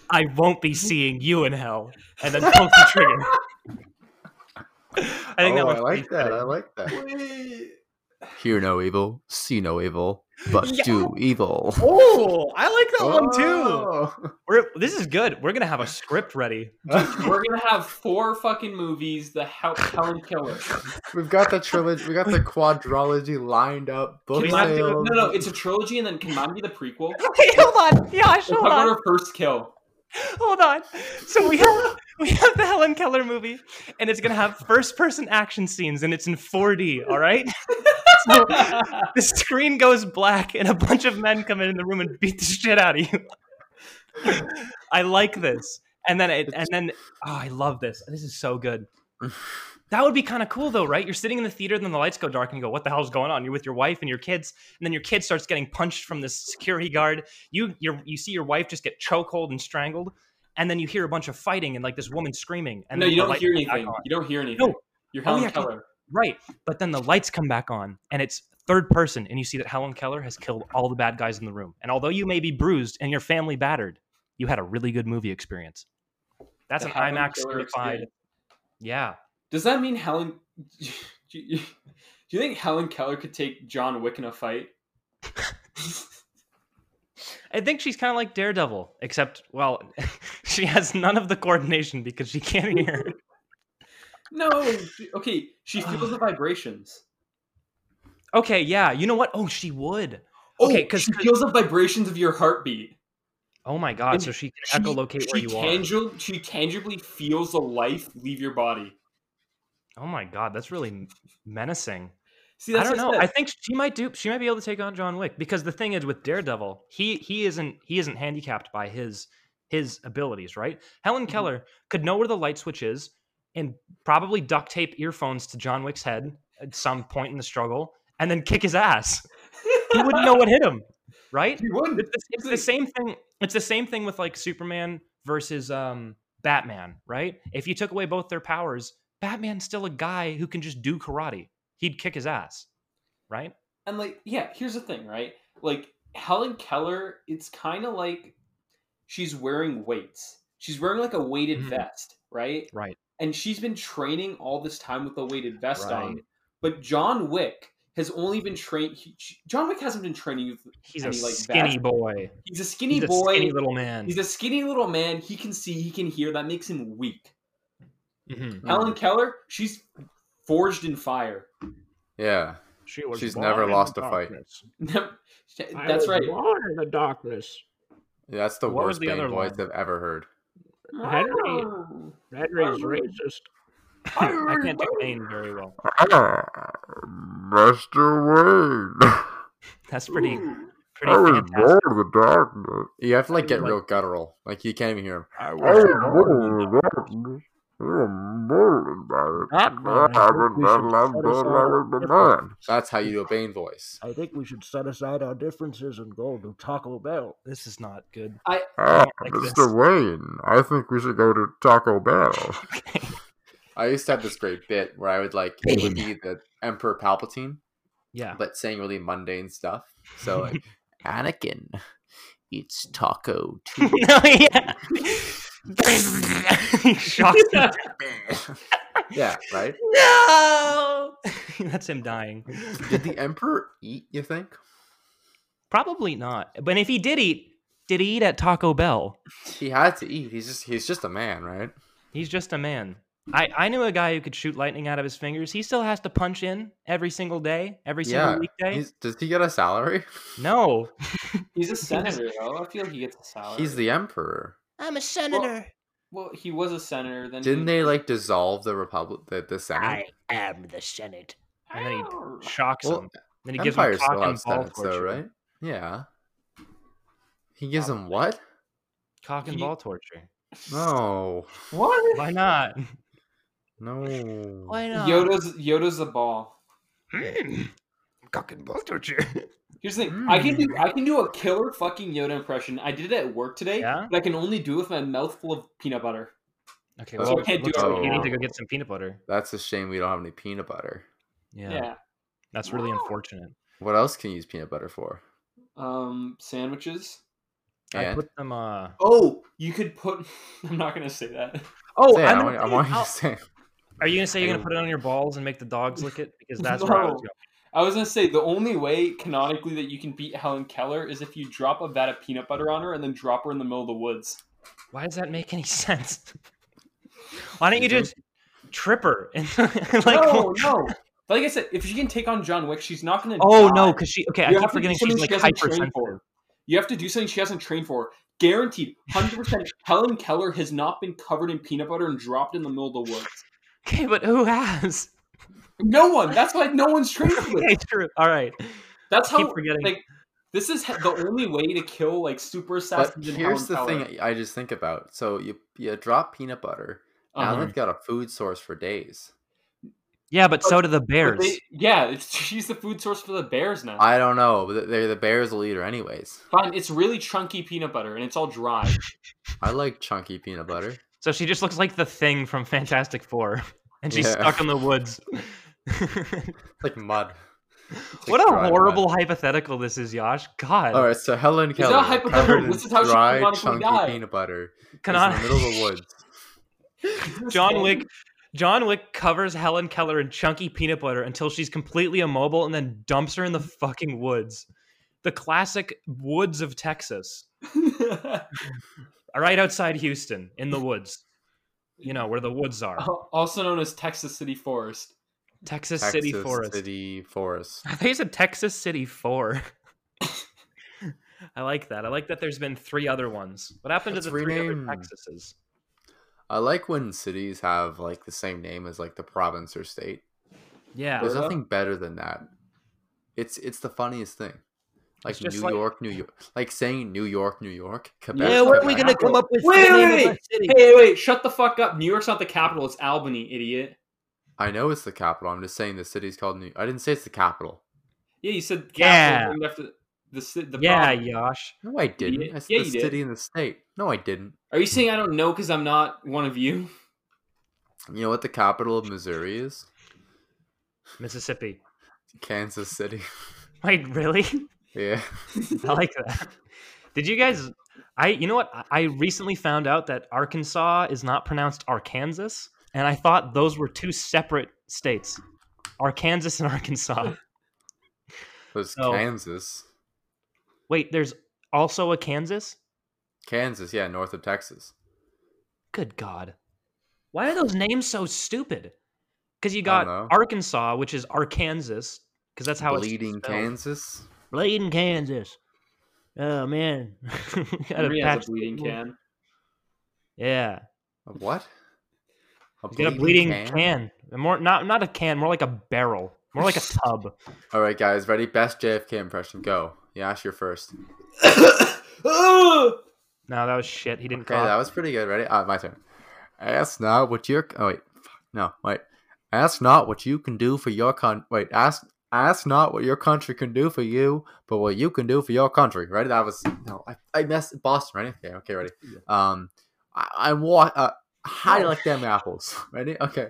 C: "I won't be seeing you in hell," and then pulls the trigger. I think
B: oh,
C: that
B: I
C: one's
B: like
C: pretty
B: that.
C: funny.
B: I like that.
A: Wait.
B: Hear no evil, see no evil, but
C: Yeah.
B: do evil.
C: Oh, I like that one too.
B: too.
C: We're, this is good. We're gonna have a script ready.
B: Oh.
A: We're gonna have four fucking movies. The Hel- Helen Keller.
B: We've got the trilogy. We got the quadrology lined up. Book
C: we have to-
A: No,
B: sales.
A: no, it's a trilogy, and then can mine be the prequel?
C: Hey, hold on, Josh.
A: Let's talk about her first kill.
C: hold on. So we have we have the Helen Keller movie, and it's gonna have first person action scenes, and it's in 4D. All right. so the screen goes black, and a bunch of men come in the room and beat the shit out of you. I like this, and then it, and then oh, I love this. This is so good. That would be kind of cool, though, right? You're sitting in the theater, and then the lights go dark, and you go, "What the hell's going on?" You're with your wife and your kids, and then your kid starts getting punched from this security guard. You you you see your wife just get chokehold and strangled, and then you hear a bunch of fighting and like this woman screaming. And
A: no,
C: then
A: you
C: the
A: don't
C: light
A: hear
C: comes back
A: anything.
C: on.
A: You don't hear anything.
C: No.
A: You're
C: Oh,
A: Helen
C: yeah, 'cause-
A: Keller.
C: Right, but then the lights come back on, and it's third person, and you see that Helen Keller has killed all the bad guys in the room. And although you may be bruised and your family battered, you had a really good movie experience. That's
A: The
C: an
A: Helen
C: IMAX
A: Keller
C: certified.
A: experience.
C: Yeah.
A: Does that mean Helen? Do you think Helen Keller could take John Wick in a fight?
C: I think she's kind of like Daredevil, except well, she has none of the coordination because she can't hear.
A: No. she- okay, she feels the vibrations.
C: Okay, yeah, you know what? Oh, she would.
A: Oh,
C: Okay, 'cause-
A: she feels the vibrations of your heartbeat.
C: Oh my god, so she can echolocate where you
A: tangi- She tangibly feels the life leave your body.
C: are. Oh my god, that's really menacing.
A: See,
C: I
A: that's
C: don't
A: what
C: know.
A: said.
C: I think she might do. She might be able to take on John Wick because the thing is with Daredevil, he he isn't he isn't handicapped by his his abilities, right? Helen
A: Mm-hmm.
C: Keller could know where the light switch is and probably duct tape earphones to John Wick's head at some point in the struggle and then kick his ass. he wouldn't know what hit him, right?
A: She wouldn't.
C: It's, it's the same thing. It's the same thing with like Superman versus um Batman, right? If you took away both their powers, Batman's still a guy who can just do karate. He'd kick his ass, right?
A: And like, yeah, here's the thing, right? Like Helen Keller, it's kind of like she's wearing weights. She's wearing like a weighted
C: Mhm.
A: vest, right?
C: Right.
A: And she's been training all this time with a weighted vest on.
C: Right.
A: But John Wick has only been trained. John Wick hasn't been training. with-
C: He's
A: And
C: a
A: he, like, bats-
C: skinny boy.
A: He's a skinny
C: He's a
A: boy.
C: skinny little man.
A: he's a skinny little man. He can see. He can hear. That makes him weak.
C: Mhm.
A: Helen Keller, she's forged in fire.
B: Yeah.
E: She was
B: She's
E: born
B: never
E: in the
B: lost a fight.
E: darkness. I
A: That's
E: was
A: right.
E: Born in the darkness.
B: Yeah, that's the
C: What was
B: worst
C: the
B: Bane
C: other
B: voice
C: line?
B: I've ever heard.
E: Henry.
A: Ah.
E: Henry's racist.
C: I can't do Bane very well.
F: Ah, Master Wayne.
C: That's pretty pretty
F: I was
C: fantastic.
F: born in the darkness.
B: You have to like get real guttural. Like you can't even hear him.
E: I
F: I was born
E: born in the
F: in the darkness. You were murdered by it.
E: darkness. I
F: I
E: think
F: haven't
E: we
F: been
E: should
F: loved
E: set
F: but
E: aside our
F: loved but
E: differences.
F: mine.
B: That's how you do a Bane voice.
E: I think we should set aside our differences and go to Taco Bell.
C: This is not good.
F: Ah,
C: like
F: Mr. Wayne, I think we should go to Taco Bell.
B: I used to have this great bit where I would like it would be the Emperor Palpatine,
C: Yeah.
B: but saying really mundane stuff. So like Anakin, it's Taco Tuesday.
C: no, yeah. he shocks him.
B: yeah, right.
C: No. That's him dying.
B: Did the Emperor eat? You think?
C: Probably not. But if he did eat, did he eat at Taco Bell?
B: He had to eat. He's just he's just a man, right?
C: He's just a man. I, I knew a guy who could shoot lightning out of his fingers. He still has to punch in every single day, every single
B: Yeah,
C: weekday.
B: He's, does he get a salary?
C: No.
A: He's a senator, though. I feel he gets a salary.
B: He's the Emperor.
D: I'm a senator.
A: well. He was a senator. Then
B: Didn't
A: he...
B: they like dissolve the republic, the, the Senate?
D: I am the Senate.
C: And then he
A: Ow.
C: shocks
B: Well,
C: him. Then he gives him
B: Empire
C: cock
B: still
C: and
B: has
C: ball
B: senates,
C: torture.
B: though, right? Yeah. He gives him what?
C: Cock and
A: He-
C: ball torture.
B: No,
A: What?
C: Why not?
B: no.
D: Why not?
A: Yoda's Yoda's the ball.
E: Cock and ball torture.
A: Here's the thing. I can do I can do a killer fucking Yoda impression. I did it at work today,
C: Yeah?
A: but I can only do it with my mouth full of peanut butter.
C: Okay,
B: That's
C: well,
A: what I can't
C: looks
A: do.
C: like you need to go get some peanut butter.
B: That's a shame we don't have any peanut butter.
C: Yeah.
A: Yeah.
C: That's really unfortunate.
B: What else can you use peanut butter for?
A: Um, sandwiches.
C: I
B: And
C: put them uh
A: Oh, you could put. I'm not gonna say that.
C: Oh,
B: Say it,
C: I'm
B: I,
C: gonna
B: want, I
C: put it
B: want you to
C: out-
B: say. it.
C: Are you gonna say you're gonna
B: Ew.
C: put it on your balls and make the dogs lick it? Because that's where I was
A: No.
C: going.
A: I was gonna say the only way canonically that you can beat Helen Keller is if you drop a vat of peanut butter on her and then drop her in the middle of the woods.
C: Why does that make any sense? Why don't you
B: Mhm.
C: just trip her and like?
A: no, no. Like I said, if she can take on John Wick, she's not gonna.
C: Oh
A: die.
C: no, because she. Okay,
A: You
C: I
A: have
C: keep
A: to do
C: forgetting she's
A: something
C: like
A: she hasn't trained
C: hypersensitive.
A: for. You have to do something she hasn't trained for. Guaranteed, hundred percent. Helen Keller has not been covered in peanut butter and dropped in the middle of the woods.
C: Okay, but who has?
A: No one. That's why no one's trained for
C: Okay,
A: this.
C: true. All right.
A: That's how.
C: keep forgetting.
A: Like, this is the only way to kill like super
B: But
A: assassins. in
B: here's the
A: Helen Keller.
B: thing I just think about. So you you drop peanut butter. Now
A: Uh-huh.
B: they've got a food source for days.
C: Yeah, but so do the
A: But
C: bears.
A: they- yeah, it's, she's the food source for the bears now.
B: I don't know. but They're the bears will eat her anyways.
A: Fine, it's really chunky peanut butter and it's all dry.
B: I like chunky peanut butter.
C: So she just looks like the thing from Fantastic Four, and she's
B: Yeah.
C: stuck in the woods.
B: It's like mud. It's
C: what
B: like
C: a
B: dried mud.
C: horrible hypothetical this is, Yash. God,
B: All right, so Helen
A: not
B: Keller
A: hypothetical,
B: covered in
A: this is how she
B: dried
A: canonically
B: chunky
A: died.
B: peanut butter is
C: Canon-
B: in the middle of the woods.
C: John Wick. John Wick covers Helen Keller in chunky peanut butter until she's completely immobile and then dumps her in the fucking woods. The classic woods of Texas, right outside Houston, in the woods. You know, where the woods are.
E: Oh.
A: also known as Texas City Forest.
C: Texas,
B: Texas
C: City Forest.
B: City Forest.
C: I think it's a Texas City 4. I like that. I like that there's been three other ones. What happened
B: Let's
C: to the three other
B: rename-
C: Texases?
B: I like when cities have like the same name as like the province or state.
C: Yeah.
B: There's
A: Florida?
B: nothing better than that. It's it's the funniest thing. Like
C: just
B: New
C: like-
B: York, New York. Like saying New York, New York. Quebec,
E: Yeah, what are we
B: Quebec.
E: gonna come up with? for
A: Wait,
E: the name
A: wait,
E: of our city?
A: Hey, wait, shut the fuck up. New York's not the capital, it's Albany, idiot.
B: I know it's the capital. I'm just saying the city's called New. I didn't say it's the capital.
A: Yeah, you said capital
C: Yeah.
A: named after the, ci- the
C: yeah,
A: province.
C: Yosh.
B: No, I didn't.
A: did.
B: I said
A: Yeah,
B: the
A: you did.
B: city and the state. No, I didn't.
A: Are you saying I don't know because I'm not one of you?
B: You know what the capital of Missouri is?
C: Mississippi.
B: Kansas City.
C: Wait, really?
B: yeah.
C: I like that. Did you guys? I you know what? I- I recently found out that Arkansas is not pronounced Arkansas, and I thought those were two separate states, Arkansas and Arkansas.
B: There's
C: So-
B: Kansas.
C: Wait, there's also a Kansas.
B: Kansas, yeah, north of Texas.
C: Good God, why are those names so stupid? Because you
B: I don't
C: got
B: know.
C: Arkansas, which is Arkansas, because that's how
B: Bleeding
C: it's spelled.
B: Kansas.
E: Bladen, Kansas. Oh man,
C: Got a
A: Everybody has
C: patch-
A: a bleeding can.
C: yeah,
B: A what? A
C: you got a bleeding can. More not not a can, more like a barrel, more like a tub.
B: All right, guys, ready? Best JFK impression. Go. Yash, you're first.
A: Ah!
C: No, that was shit. He didn't
B: Okay,
C: cough.
B: that was pretty good. Ready? Uh, my turn. Ask not what you're. Oh wait, fuck, no, wait. Ask not what you can do for your con. Wait, ask ask not what your country can do for you, but what you can do for your country. Ready? That was no. I, I messed Boston. Ready? Okay, okay, ready. Um, I, I'm wa- uh, high like them apples. Ready? Okay.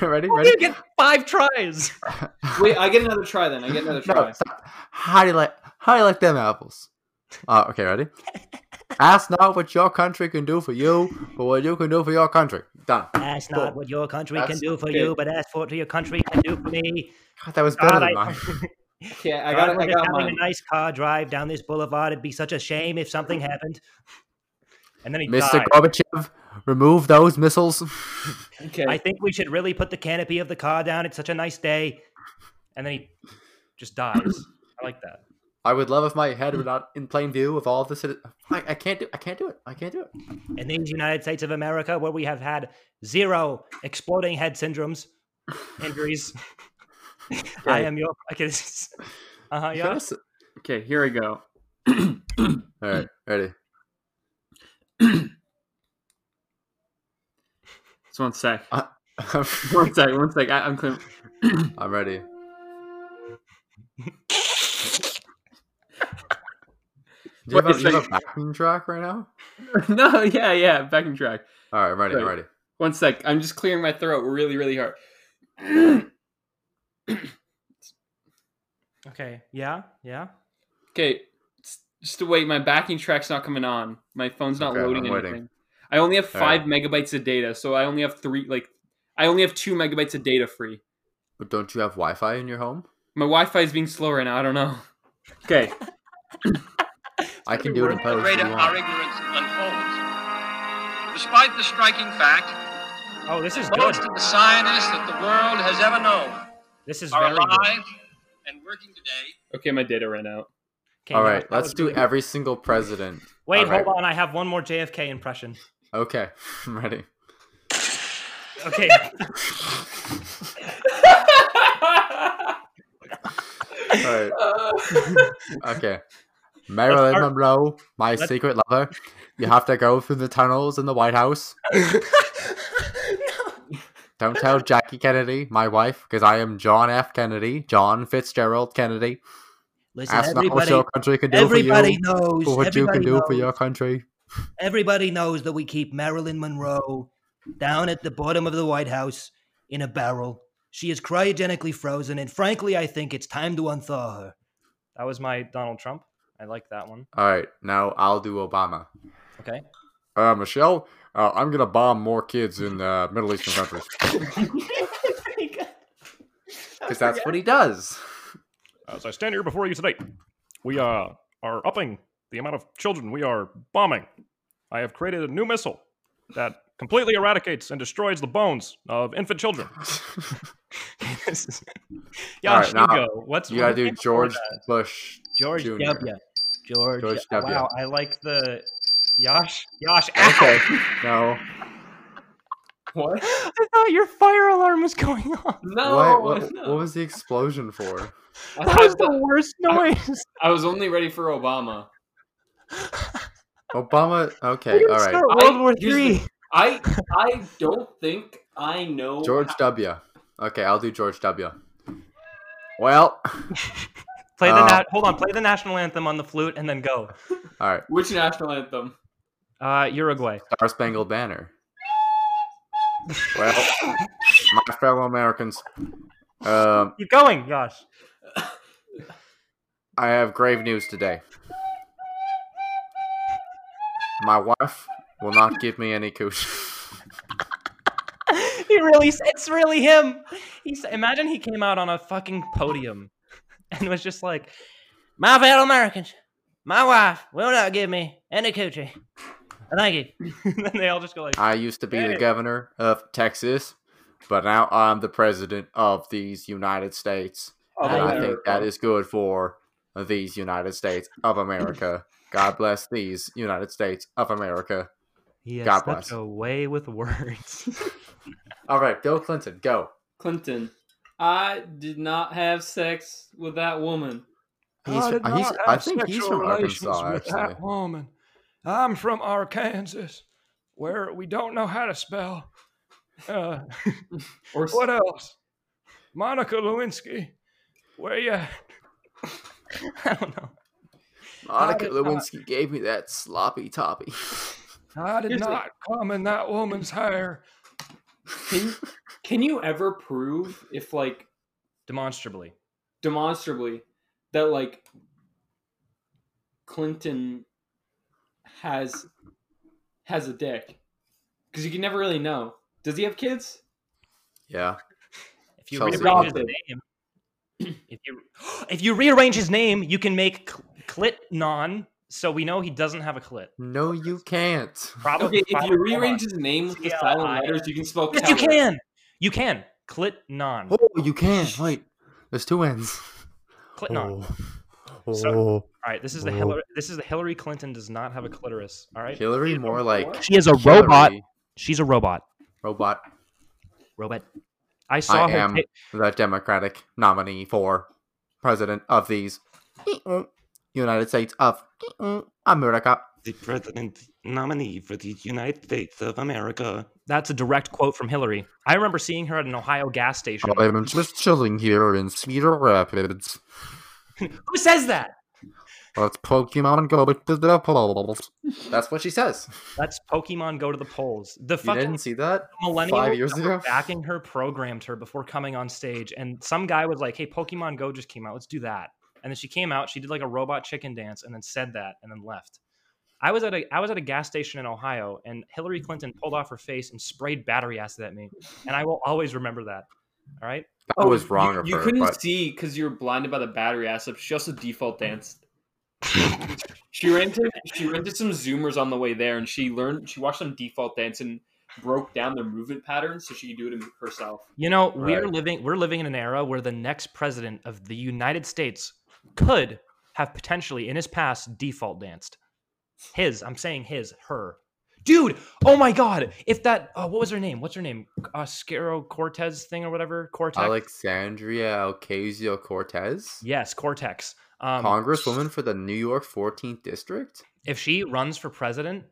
B: ready?
C: We're
B: Ready?
C: gonna get five tries.
A: Wait, I get another try then. I get another try.
B: No, stop. How do you like how do you like them apples? Uh, okay, ready? Ask not what your country can do for you, but what you can do for your country. Done.
D: That's not what your country can
B: That's-
D: do for
B: okay.
D: you, but that's what your country can do for me.
B: God, that was better
D: God,
B: than
D: I-
B: mine.
A: Yeah, I
D: God,
A: got, it.
D: we're
A: I
D: just
A: got
D: having
A: mine.
D: a nice car drive down this boulevard. It'd be such a shame if something happened.
C: And then he
B: Mr.
C: died.
B: Gorbachev, remove those missiles.
A: Okay.
D: I think we should really put the canopy of the car down. It's such a nice day.
C: And then he just dies. I like that.
B: I would love if my head were not in plain view of all the citizens. I, I can't do. I can't do it. I can't do it.
D: In these United States of America, where we have had zero exploding head syndromes,
C: Injuries.
D: I
B: Okay.
D: am your. uh-huh,
C: Okay. This is... Uh huh.
B: You gotta
C: Yeah.
B: s-
A: Okay, here we go.
B: All right, ready.
A: Just one sec.
B: Uh,
A: One sec, one sec. I, I'm clear.
B: I'm ready. Do you
A: Wait,
B: have, a,
A: so
B: you have
A: you-
B: a backing track right now?
A: no, yeah, yeah. Backing track.
B: All right, I'm ready. I'm
A: Right.
B: ready.
A: One sec. I'm just clearing my throat really, really hard.
C: Okay. Yeah. Yeah.
A: Okay, s- just wait. My backing track's not coming on. My phone's not
B: Okay,
A: loading
B: I'm waiting.
A: anything. I only have
B: All
A: five
B: right.
A: megabytes of data, so I only have three. Like, I only have two megabytes of data free.
B: But don't you have Wi-Fi in your home?
A: My Wi-Fi is being slow right now. I don't know. Okay.
B: I can do it in
G: the
B: plain
G: rate
B: view.
G: at our ignorance unfolds. Despite the striking fact,
C: Oh, this is good.
G: most of the scientists that the world has ever known
C: This is
G: are
C: very good.
G: alive and working today.
A: Okay, my data ran out.
C: Okay,
B: All
C: no,
B: right,
C: that
B: let's
C: was
B: do
C: really good.
B: every single president.
C: Wait,
B: all right.
C: hold on. I have one more JFK impression.
B: Okay, I'm ready.
C: Okay.
B: All right, okay. Marilyn
C: start-
B: Monroe, my
C: let's-
B: secret lover. You have to go through the tunnels in the White House. Don't tell Jackie Kennedy, my wife, because I am John F. Kennedy, John Fitzgerald Kennedy.
D: Listen,
B: Ask not what
D: everybody,
B: your country can do for
D: everybody
B: you,
D: knows.
B: but what you
D: everybody
B: can do
D: knows,
B: for your country.
D: Everybody knows that we keep Marilyn Monroe down at the bottom of the White House in a barrel. She is cryogenically frozen, and frankly, I think it's time to unthaw her.
C: that was my Donald Trump. I like that one.
B: All right, now I'll do Obama.
C: Okay.
F: uh, Michelle, uh, I'm gonna bomb more kids in uh, Middle Eastern countries.
B: because that's what he does.
H: As I stand here before you today, we uh, are upping the amount of children we are bombing. I have created a new missile that completely eradicates and destroys the bones of infant children.
C: This is-
B: All right,
C: Yosh,
B: now
C: you go. What's
B: You gotta
C: what's
B: do
C: before
B: George
C: that?
B: Bush
C: George
B: Jr.
C: W. George.
B: George W.
C: wow, I like the Yosh. Yosh.
B: Okay,
C: Ow!
B: no.
A: What?
C: I thought your fire alarm was going off.
A: No.
B: what, what,
A: Oh, no.
B: what was the explosion for?
A: I,
C: That was
A: thought-
C: the worst noise.
A: I was only ready for Obama.
B: Obama.
C: We
B: Okay,
C: didn't
B: all right.
C: start World
A: I-
C: War
A: here's the-
C: Three.
A: I I don't think I know
B: George
A: how-
B: W. Okay, I'll do George W. Well,
C: Play the
B: Uh,
C: na- hold on. Play the national anthem on the flute and then go.
B: all right.
A: which national anthem.
C: Uh, Uruguay.
B: Star Spangled Banner. Well, my fellow Americans, um,
C: Keep going, Yosh.
B: I have grave news today. My wife will not give me any kush.
C: he really it's really him he's imagine he came out on a fucking podium and was just like my fellow americans my wife will not give me any coochie thank you and then they all just go like
B: I used to be the governor of Texas, but now I'm the president of these United States.
A: Of
B: and I think
A: America.
B: that is good for these United States of America. God bless these United States of America.
C: he has
B: God
C: such
B: bless.
C: a way with words
B: All right, Bill Clinton, go.
A: Clinton. I did not have sex with that woman.
B: He's, uh,
H: I did
B: he's,
H: not
B: I
H: have
B: think he's
H: sexual
B: from
H: relations
B: Arkansas,
H: with
B: actually.
H: That woman. I'm from Arkansas, where we don't know how to spell. Uh,
A: Or
H: what else? Monica Lewinsky, where you?
C: i don't know
B: Monica
H: did not-
B: Lewinsky gave me that sloppy toppy.
H: I did
A: Here's the-
H: not come in that woman's hair.
A: can, can you ever prove if like
C: demonstrably
A: demonstrably that like Clinton has has a dick because you can never really know. Does he have kids?
B: Yeah.
C: if you
B: Chelsea
C: rearrange his
A: Clinton.
C: name if you if you rearrange his name you can make cl- clit non so we know he doesn't have a clit
B: No, you can't.
C: probably
A: Okay, if
C: probably-
A: you
C: hold on.
A: rearrange his name with the silent
C: C-L-I-N.
A: letters, you can spell.
C: Yes, you
A: Keller.
C: can. You can. Clit non.
B: Oh, you can. Wait, there's two ends.
C: Clit non. All
B: Oh.
C: So-
B: Oh.
C: right. This is the
B: Whoa.
C: Hillary. This is the Hillary Clinton does not have a clitoris. All right.
B: Hillary, more like
C: She is a
B: Hillary.
C: robot. She's a robot.
B: Robot.
C: Robot. I saw her.
B: am.
C: ta-
B: the Democratic nominee for president of these eh, United States of eh, America.
I: The president nominee for the United States of America.
C: That's a direct quote from Hillary. I remember seeing her at an Ohio gas station.
B: I'm just chilling here in Cedar Rapids.
C: Who says that?
F: Let's Pokemon go with the polls.
B: That's what she says.
C: That's Pokemon go to the polls. The
B: You
C: fucking
B: didn't see that?
C: millennial
B: Five years
C: that were
B: ago?
C: backing her programmed her before coming on stage and some guy was like hey pokemon go just came out let's do that and then she came out she did like a robot chicken dance and then said that and then left i was at a i was at a gas station in ohio and hillary clinton pulled off her face and sprayed battery acid at me and i will always remember that all right
B: That was wrong
A: Oh, you,
B: of
A: you
B: her.
A: couldn't
B: But Hmm.
A: see because you were blinded by the battery acid. She also default danced. she ran to she ran to some Zoomers on the way there, and she learned she watched them default dance and broke down their movement patterns so she could do it herself.
C: you know we are
B: Right.
C: living we're living in an era where the next president of the united states could have potentially in his past default danced his i'm saying his her dude oh my god if that uh, what was her name what's her name uh, Scaro cortez thing or whatever cortex
B: Alexandria Ocasio Cortez,
C: yes cortex um,
B: Congresswoman for the New York 14th District.
C: if she runs for president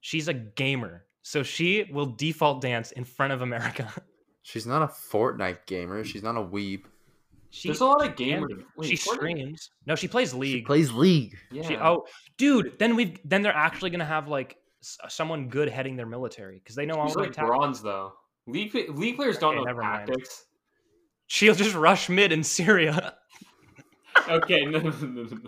C: she's a gamer so she will default dance in front of america
B: She's not a Fortnite gamer. She's not a weeb.
C: she,
A: There's a lot of
C: she can
A: gamers.
C: be.
A: Wait,
C: she
A: Fortnite-
C: streams no she plays league
B: plays League.
A: Yeah.
C: She, oh, dude, then we've then they're actually gonna have like s- uh, someone good heading their military because they know all
A: She's
C: the
A: like
C: attack.
A: bronze though. League league players don't
C: Okay,
A: know
C: never mind.
A: tactics.
C: She'll just rush mid in Syria.
A: Okay, no, no, no, no, no.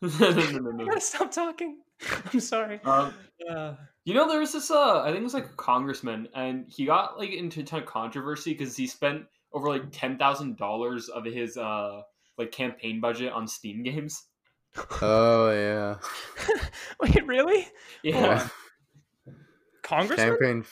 A: no, no, no,
C: I
A: no, no.
C: gotta stop talking. I'm sorry.
A: Um,
C: Uh,
A: You know, there was this. Uh, I think it was like a congressman, and he got like into a ton of controversy because he spent over like ten thousand dollars of his uh like campaign budget on Steam games.
B: Oh yeah.
C: wait, really?
A: Yeah,
C: Congressman?
B: Campaign.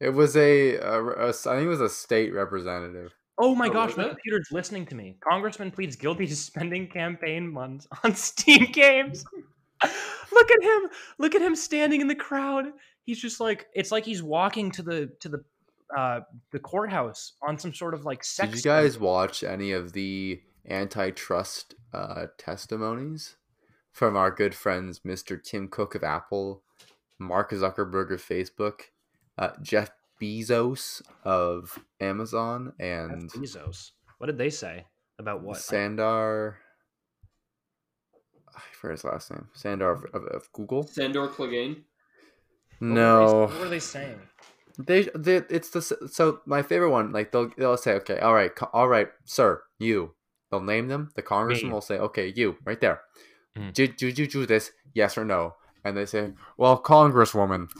B: It was a, a, re- a s- I think it was a state representative.
C: Oh my
A: Oh,
C: gosh,
A: was
C: my
A: it?
C: computer's listening to me. Congressman pleads guilty to spending campaign funds on Steam games. Look at him! Look at him standing in the crowd. He's just like it's like he's walking to the to the uh the courthouse on some sort of like sex.
B: Did you
C: scandal.
B: guys watch any of the antitrust uh, testimonies from our good friends, Mr. Tim Cook of Apple, Mark Zuckerberg of Facebook, uh, Jeff Bezos of Amazon,
C: Jeff
B: and
C: Bezos? What did they say about what?
B: Sandar? I forget his last name. Sandar of, of, of Google.
A: Sandor Clegane.
C: What were they-
B: No,
C: what were they saying?
B: They, they, it's the s- so my favorite one. Like they'll they'll say, okay, all right, co- all right, sir, you. They'll name them. The congressman
C: Me.
B: will say, okay, you, right there.
C: Mm.
B: Did, did you do this? Yes or no? And they say, well, congresswoman,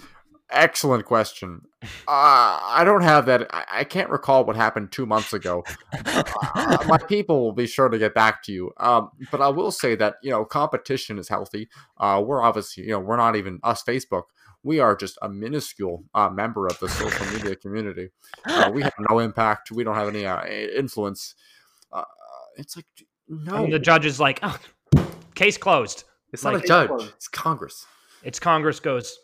B: excellent question. Uh, I don't have that. I, I can't recall what happened two months ago. Uh, my people will be sure to get back to you. Um, but I will say that you know competition is healthy. Uh, we're obviously you know we're not even us Facebook. We are just a minuscule uh, member of the social media community. Uh, we have no impact. We don't have any uh, i- influence. Uh, it's like no,
C: And the judge is like, oh, case closed.
B: it's not
C: like-
B: a judge. It's Congress.
C: It's Congress goes,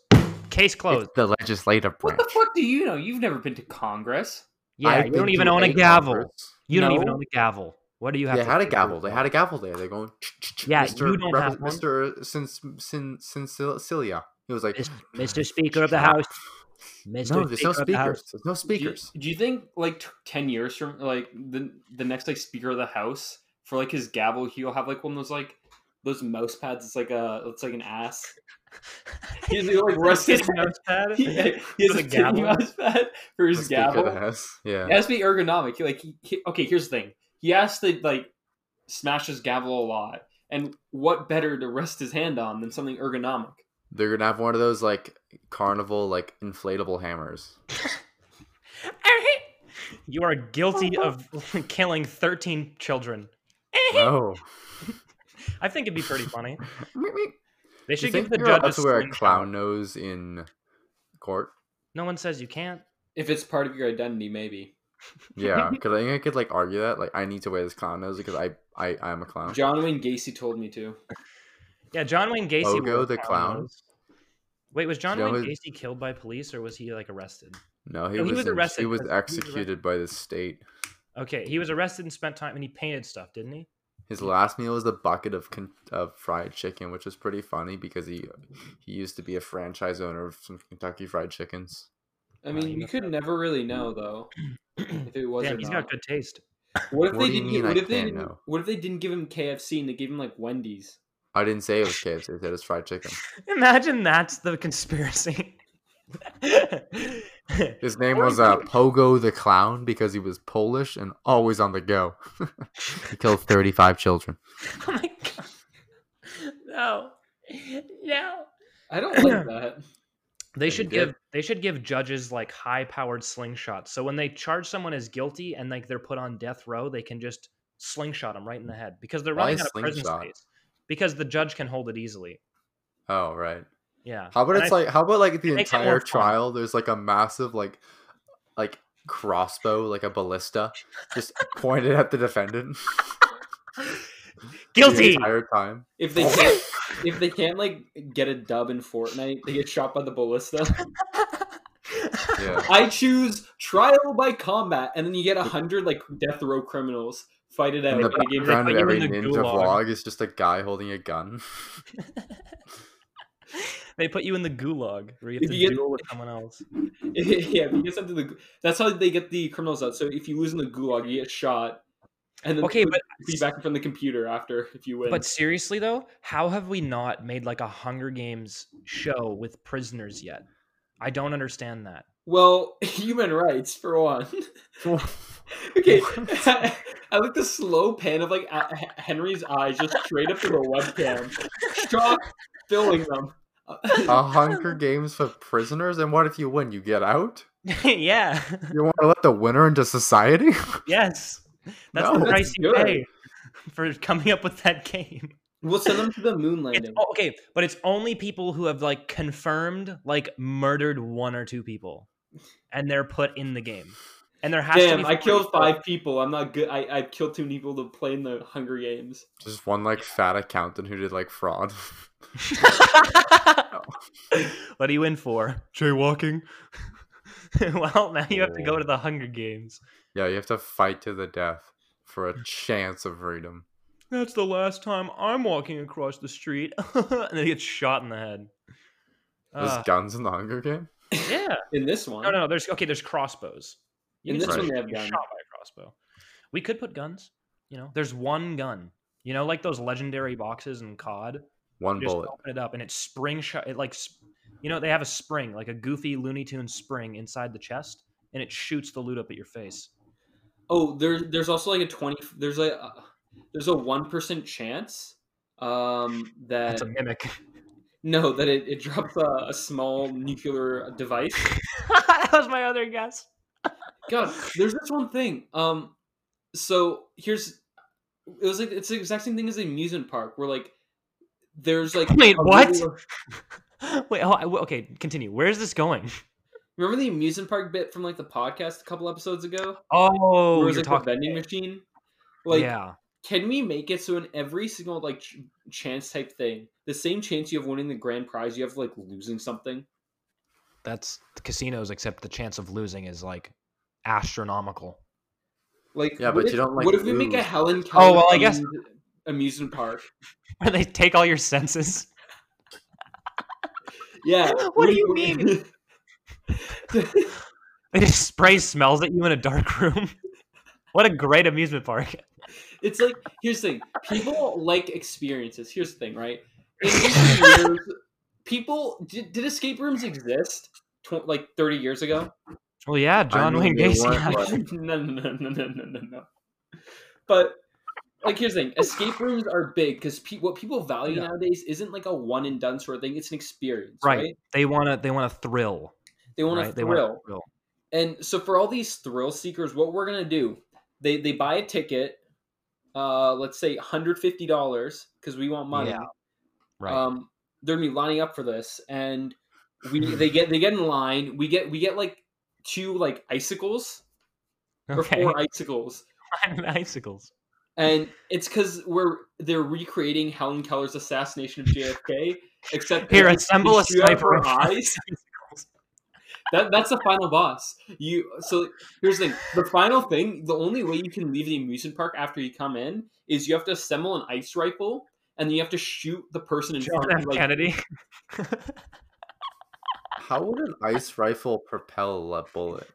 C: case closed.
B: It's the legislative
A: What
B: branch.
A: the fuck do you know? You've never been to Congress.
C: yeah,
B: I've
C: you
B: been
C: don't even
B: to
C: own a gavel.
B: Congress.
C: You don't even
A: No.
C: own a gavel. What do you have?
B: They
C: to
B: had a
C: prove
B: gavel. They
C: yourself?
B: had a gavel there. They're going.
C: Yeah,
B: Mr.
C: you don't have one.
B: Mr. Sin Sin Sin Cilia. He was like,
C: Mis- Mr. Speaker of the House. Mr.
B: No, there's no
C: Speaker of the House.
B: speakers. There's no
A: Do you-
B: speakers.
A: Do you, think like t- ten years from like the the next like Speaker of the House for like his gavel, he'll have like one of those like those mouse pads. It's like a it's like an ass. He's like rusted.
C: His mousepad.
A: he, he has
C: For
A: a
C: the gavel?
A: gavel mouse pad for his
B: The Speaker of the
A: gavel.
B: House. Yeah.
A: It has to be ergonomic. Like, he, he- okay, here's the thing. He has to like smash his gavel a lot, and what better to rest his hand on than something ergonomic?
B: They're gonna have one of those like carnival like inflatable hammers.
C: You are guilty of killing 13 children.
B: No.
C: I think it'd be pretty funny.
B: Meep, meep. Do
C: They
B: you
C: should give
B: think
C: the
B: you're
C: judge
B: allowed
C: a
B: to wear a
C: sling
B: clown
C: shot.
B: nose in court?
C: No one says you can't.
A: If it's part of your identity, maybe.
B: Yeah, because I think I could like argue that like I need to wear this clown nose because I I I'm a clown.
A: John Wayne Gacy told me to.
C: Yeah, John Wayne Gacy.
B: Ogo
C: wore a
B: the clown?
C: nose. Wait, was John
B: You know
C: Wayne
B: his-
C: Gacy killed by police or was he like arrested?
B: No, he,
C: No, he
B: was,
C: was
B: in-
C: arrested
B: He was
C: 'cause he was arrested.
B: executed by the state.
C: Okay, he was arrested and spent time and he painted stuff, didn't he?
B: His last meal was a bucket of con- of fried chicken, which is pretty funny because he he used to be a franchise owner of some Kentucky Fried Chickens.
A: I
C: Wow,
A: mean,
C: you
A: you
C: messed
A: could
C: up.
A: never really know though if it was
C: Damn,
A: or
C: he's
A: not.
C: got good taste.
A: What if
B: What
A: they
B: do you
A: didn't? Give,
B: mean I
A: what if they
B: can't
A: didn't?
B: know?
A: What if they didn't give him KFC and they gave him like Wendy's?
B: I didn't say it was KFC; I said it was fried chicken.
C: Imagine that's the conspiracy.
B: His name was uh, Pogo the Clown because he was Polish and always on the go. he killed thirty five children.
C: Oh my god. No. No.
A: I don't like that.
C: They
B: And he
C: should
B: did.
C: give they should give judges like high powered slingshots. So when they charge someone as guilty and like they're put on death row, they can just slingshot them right in the head because they're
B: Why
C: running out of prison
B: slingshot?
C: space. Because the judge can hold it easily.
B: Oh right.
C: Yeah.
B: How about
C: And
B: it's
C: I-
B: like how about like the
C: makes it more
B: entire
C: fun.
B: trial? There's like a massive like like crossbow, like a ballista, just pointed at the defendant. The
C: guilty?
B: entire time.
A: If they can't, if they can't like get a dub in Fortnite, they get shot by the ballista.
B: Yeah.
A: I choose trial by combat, and then you get a hundred like death row criminals fight it out.
B: In the
A: in a game
B: background
C: put
B: of
C: you in
B: every
C: the
B: ninja
C: gulag.
B: vlog is just a guy holding a gun.
C: They put you in the gulag where you have
A: If
C: to
A: you get-
C: duel with someone else.
A: yeah, if you get sent to the. That's how they get the criminals out. So if you lose in the gulag, you get shot, and then
C: Okay,
A: put
C: but
A: feedback from the computer after if you win.
C: But seriously though, how have we not made like a Hunger Games show with prisoners yet? I don't understand that.
A: Well, human rights for one. okay, I, like the slow pan of like a- Henry's eyes just straight up to the webcam, shock filling them.
B: A Hunger Games for prisoners, and what if you win? You get out?
C: yeah.
B: You want to let the winner into society?
C: Yes. That's
B: No,
C: the
B: that's
C: price you
A: good.
C: pay for coming up with that game.
A: We'll send them to the moon
C: It's,
A: landing.
C: oh, okay, but it's only people who have like confirmed like murdered one or two people, and they're put in the game. And there has to be
A: Damn, I
C: 40
A: killed
C: people.
A: five people. I'm not good. I, I killed two people to play in the Hunger Games.
B: Just one like fat accountant who did like fraud.
C: what are you in for? Jaywalking. well, now you have to go to the Hunger Games.
B: yeah, you have to fight to the death for a chance of freedom.
C: That's the last time I'm walking across the street, and then he gets shot in the head.
B: There's
A: Ah.
C: Uh,
B: guns in the Hunger Game.
C: yeah.
A: In this one,
C: No, no. There's okay. There's crossbows.
A: In
C: can
A: this
C: still
A: one, they have
C: get
A: guns.
C: shot by a crossbow. We could put guns. You know, there's one gun. You know, like those legendary boxes in COD.
B: One
C: You just
B: bullet.
C: open it up, and it's spring shot. It like, sp- you know, they have a spring, like a goofy Looney Tune spring inside the chest, and it shoots the loot up at your face.
A: Oh, there, there's also like a twenty. There's like uh, there's a one percent chance um, that
C: That's a mimic.
A: no, that it, it drops a, a small nuclear device.
C: that was my other guess.
A: God, there's this one thing. Um, so here's it was like it's the exact same thing as the amusement park where like there's like
C: Wait,
A: a
C: what?
A: really-
C: Oh, Wait. Oh, I- okay. Continue. Where is this going?
A: remember the amusement park bit from like the podcast a couple episodes ago?
C: Oh,
A: where it
C: you're
A: was like
C: talking.
A: the vending machine. Like,
C: yeah.
A: can we make it so in every single like ch- chance type thing, the same chance you have winning the grand prize, you have like losing something?
C: That's the casinos, except the chance of losing is like astronomical.
A: Like,
B: Yeah,
A: what
B: but
A: if-
B: you don't, like,
A: What if we make a
B: lose.
A: Helen Keller?
C: Oh, well, I guess-
A: themed amusement park.
C: Where they take all your senses.
A: Yeah.
C: What do you mean? They just spray smells at you in a dark room. what a great amusement park.
A: It's like here's the thing: people like experiences. Here's the thing, right? In recent years, people did, did escape rooms exist tw- like 30 years ago?
C: Well, yeah, John
B: mean, they
C: Wayne Gacy.
B: weren't,
C: had-
B: like-
A: no, no, no, no, no, no, no, no. But like, here's the thing: escape rooms are big because pe- what people value nowadays isn't like a one and done sort of thing. It's an experience, right?
C: Right. They want to. They want to thrill.
A: They want
C: right?
A: to
C: They want
A: thrill.
C: a thrill.
A: And so for all these thrill seekers, what we're gonna do? They they buy a ticket, uh, let's say hundred fifty dollars because we want money.
C: Yeah, Right.
B: Uh,
A: Um, they're gonna be lining up for this, and we they get they get in line. We get we get like two like icicles or
C: okay.
A: four icicles,
C: Icicles.
A: and it's because we're they're recreating Helen Keller's assassination of JFK, except
C: Here,
A: they-
C: assemble
A: they
C: a
A: shoot out
C: sniper
A: her
C: rifle.
A: eyes. That, that's the final boss. You so here's the thing. The final thing, the only way you can leave the amusement park after you come in is you have to assemble an ice rifle and then you have to shoot the person in
C: John
A: front of
C: F.
A: you. Like,
C: Kennedy.
B: How would an ice rifle propel a bullet?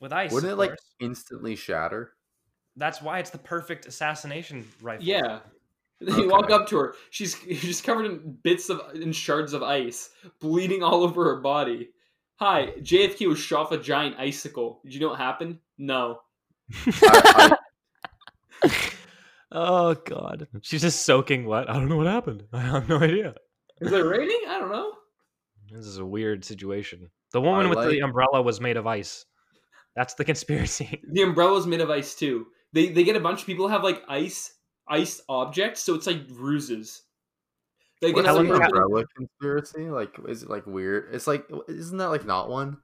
C: With ice.
B: Wouldn't it
C: of
B: like
C: course.
B: instantly shatter?
C: That's why it's the perfect assassination rifle.
A: yeah. Then you walk
B: Okay.
A: up to her. She's she's covered in bits of in shards of ice, bleeding all over her body. Hi, JFK was shot with a giant icicle. Did you know what happened? No.
B: I,
C: Oh god. She's just soaking wet. I don't know what happened. I have no idea.
A: Is it raining? I don't know.
C: This is a weird situation. The woman with
B: like-
C: the umbrella was made of ice. That's the conspiracy.
A: The umbrella's made of ice too. They they get a bunch of people who have like ice ice objects, so it's like ruses. They
B: I,
A: get
B: what's like
A: some
B: an
A: person-
B: umbrella conspiracy? Like, is it like weird? It's like, isn't that like not one?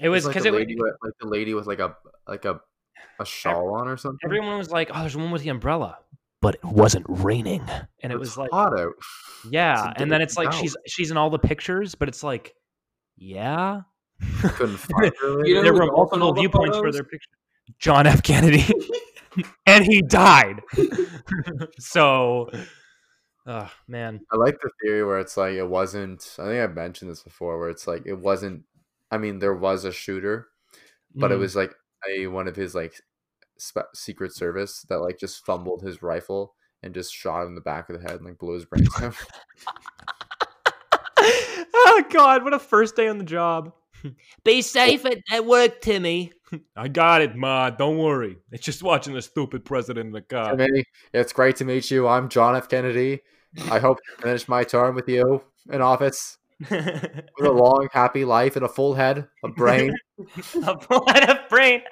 C: It was
B: like
C: because
B: a
C: it was
B: lady with, like the lady with like a like a a shawl on or something.
C: everyone was like, "Oh, there's one with the umbrella," but it wasn't raining, and it was
B: It's
C: like,
B: hot out.
C: "Yeah," and then
B: day
C: it's like
B: out.
C: she's she's in all the pictures, but it's like, "Yeah."
B: Couldn't find her.
A: You know
C: there
A: who's
C: were
A: also in all
C: multiple
A: the
C: viewpoints for
A: photos?
C: their picture. John F. Kennedy, and he died. so, oh man,
B: I like the theory where it's like it wasn't. I think I mentioned this before, where it's like it wasn't. I mean, there was a shooter, but it
C: Mm.
B: was like a one of his like spe- secret service that like just fumbled his rifle and just shot him in the back of the head and like blew his brains out.
C: oh god, what a first day on the job. Be safe at, at work, Timmy.
H: I got it, Ma. Don't worry. It's just watching the stupid president in the car.
B: Timmy, it's great to meet you. I'm John F. Kennedy. I hope to finish my term with you in office.
C: a
B: With a long, happy life and a full head, a brain.
C: blood of brain.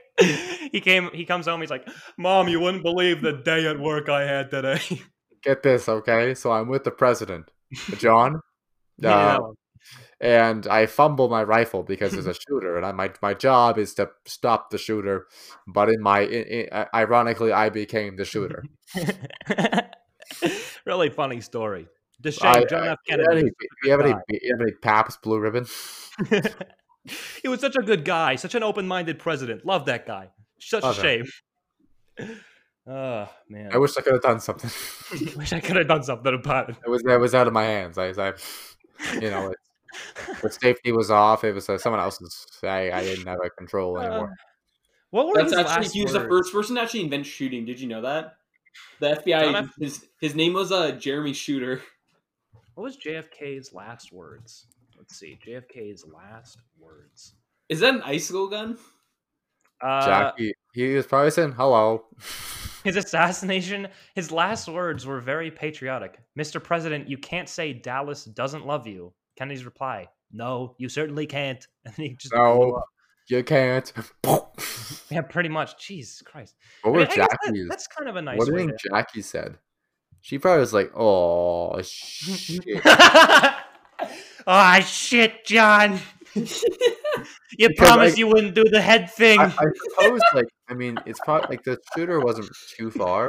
C: He came. He comes home. He's like, "Mom, you wouldn't believe the day at work I had today."
B: Get this, okay? So I'm with the president, John.
C: Yeah.
B: Uh, and I fumble my rifle because there's a shooter, and I, my my job is to stop the shooter. But in my i i ironically, I became the shooter.
C: really funny story. The shame,
B: I-
C: John
B: I-
C: F.
B: Do you have
C: Kennedy.
B: any, do you have any, do you have any Paps Blue Ribbon?
C: he was such a good guy, such an open-minded president. Love that guy. Such
B: Love
C: a
B: him.
C: shame. Oh man,
B: I wish I could have done something.
C: wish I could have done something about it.
B: It was it was out of my hands. I, I you know, it, the safety was off. It was uh, someone else's. I, I didn't have a control
C: Uh,
B: anymore.
C: What were
A: That's
C: his
A: actually
C: last
A: he was the
C: words?
A: first person to actually invent shooting. Did you know that? The FBI.
C: John F-
A: his his name was uh Jeremy Shooter.
C: What was JFK's last words? Let's see. JFK's last words.
A: Is that an icicle gun?
C: Uh,
B: Jackie, he was probably saying hello.
C: His assassination, his last words were very patriotic. Mr. President, you can't say Dallas doesn't love you. Kennedy's reply, no, you certainly can't. And he just blew
B: No,
C: up.
B: you can't. what
C: Yeah, pretty much. Jesus Christ. I mean,
B: was
C: I guess that-
B: Jackie's?
C: that's kind of a nice
B: what do you
C: way
B: think Jackie said? She probably was like, "Oh shit."
C: to... Oh, shit, John. you
B: Because
C: promised
B: I-
C: you wouldn't do the head thing.
B: I, I suppose, like, I mean, it's probably like the shooter wasn't too far,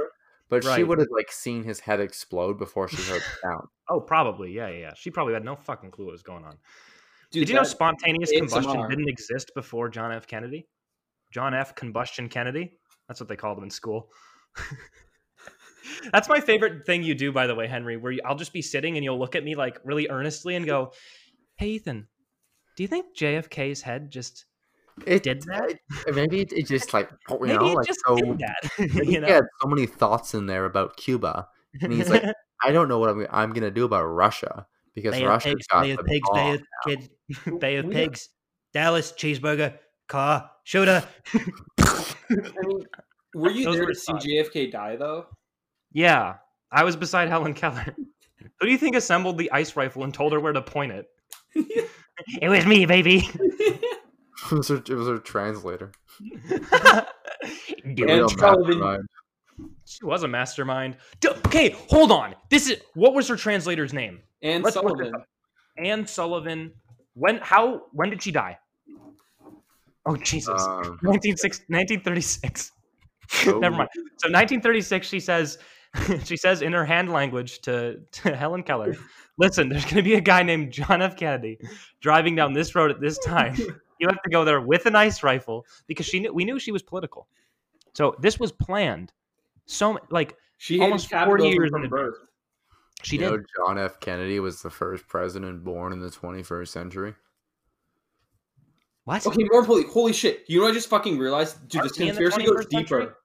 B: but she
C: Right.
B: would have like seen his head explode before she heard the sound.
C: Oh, probably. Yeah, yeah, yeah. She probably had no fucking clue what was going on.
A: Dude,
C: Did you know
A: that-
C: spontaneous combustion
A: ASMR.
C: didn't exist before John F. Kennedy? John F. Combustion Kennedy? That's what they called him in school. That's my favorite thing you do, by the way, Henry, where you, I'll just be sitting and you'll look at me like really earnestly and go, Hey, Ethan, do you think JFK's head just
B: It
C: did that?
B: Uh, Maybe it, it just like you
C: Maybe
B: know,
C: it
B: like
C: just
B: so.
C: did that.
B: He
C: you know?
B: had so many thoughts in there about Cuba, and he's like, I don't know what I'm, I'm gonna do about Russia because
D: Bay of
B: Russia
D: pigs,
B: got
D: bay
B: the
D: of pigs, bay
B: bomb.
D: of kid, bay of
A: We-
D: pigs. Dallas cheeseburger, car, shooter.
A: I mean, were you
C: Those
A: there
C: were
A: to see
C: thoughts.
A: JFK die though?
C: Yeah, I was beside Helen Keller. Who do you think assembled the ice rifle and told her where to point it? it was me, baby.
B: it, was her, it was her translator. The
A: And
B: real
A: Sullivan-
B: mastermind.
C: she was a mastermind. D- okay, hold on. This is what was her translator's name?
A: And
C: Let's look this
A: Sullivan.
C: up. Anne Sullivan. When? How? When did she die? Oh Jesus!
B: Um,
C: 1936 1936.
B: Oh.
C: Never mind. So 1936, she says, she says in her hand language to, to Helen Keller, "Listen, there's going to be a guy named John F. Kennedy driving down this road at this time. You have to go there with an ice rifle because she knew we knew she was political. So this was planned. So like
A: She
C: Almost
A: almost
C: 40
A: 40
C: years
A: from
C: in
A: birth.
C: she
B: you
C: did.
B: know, John F. Kennedy was the first president born in the 21st century.
C: what?
A: Okay, more importantly, holy shit! You know what I just fucking realized? Dude, this
C: Aren't we in the
A: conspiracy goes
C: 21st century?
A: deeper.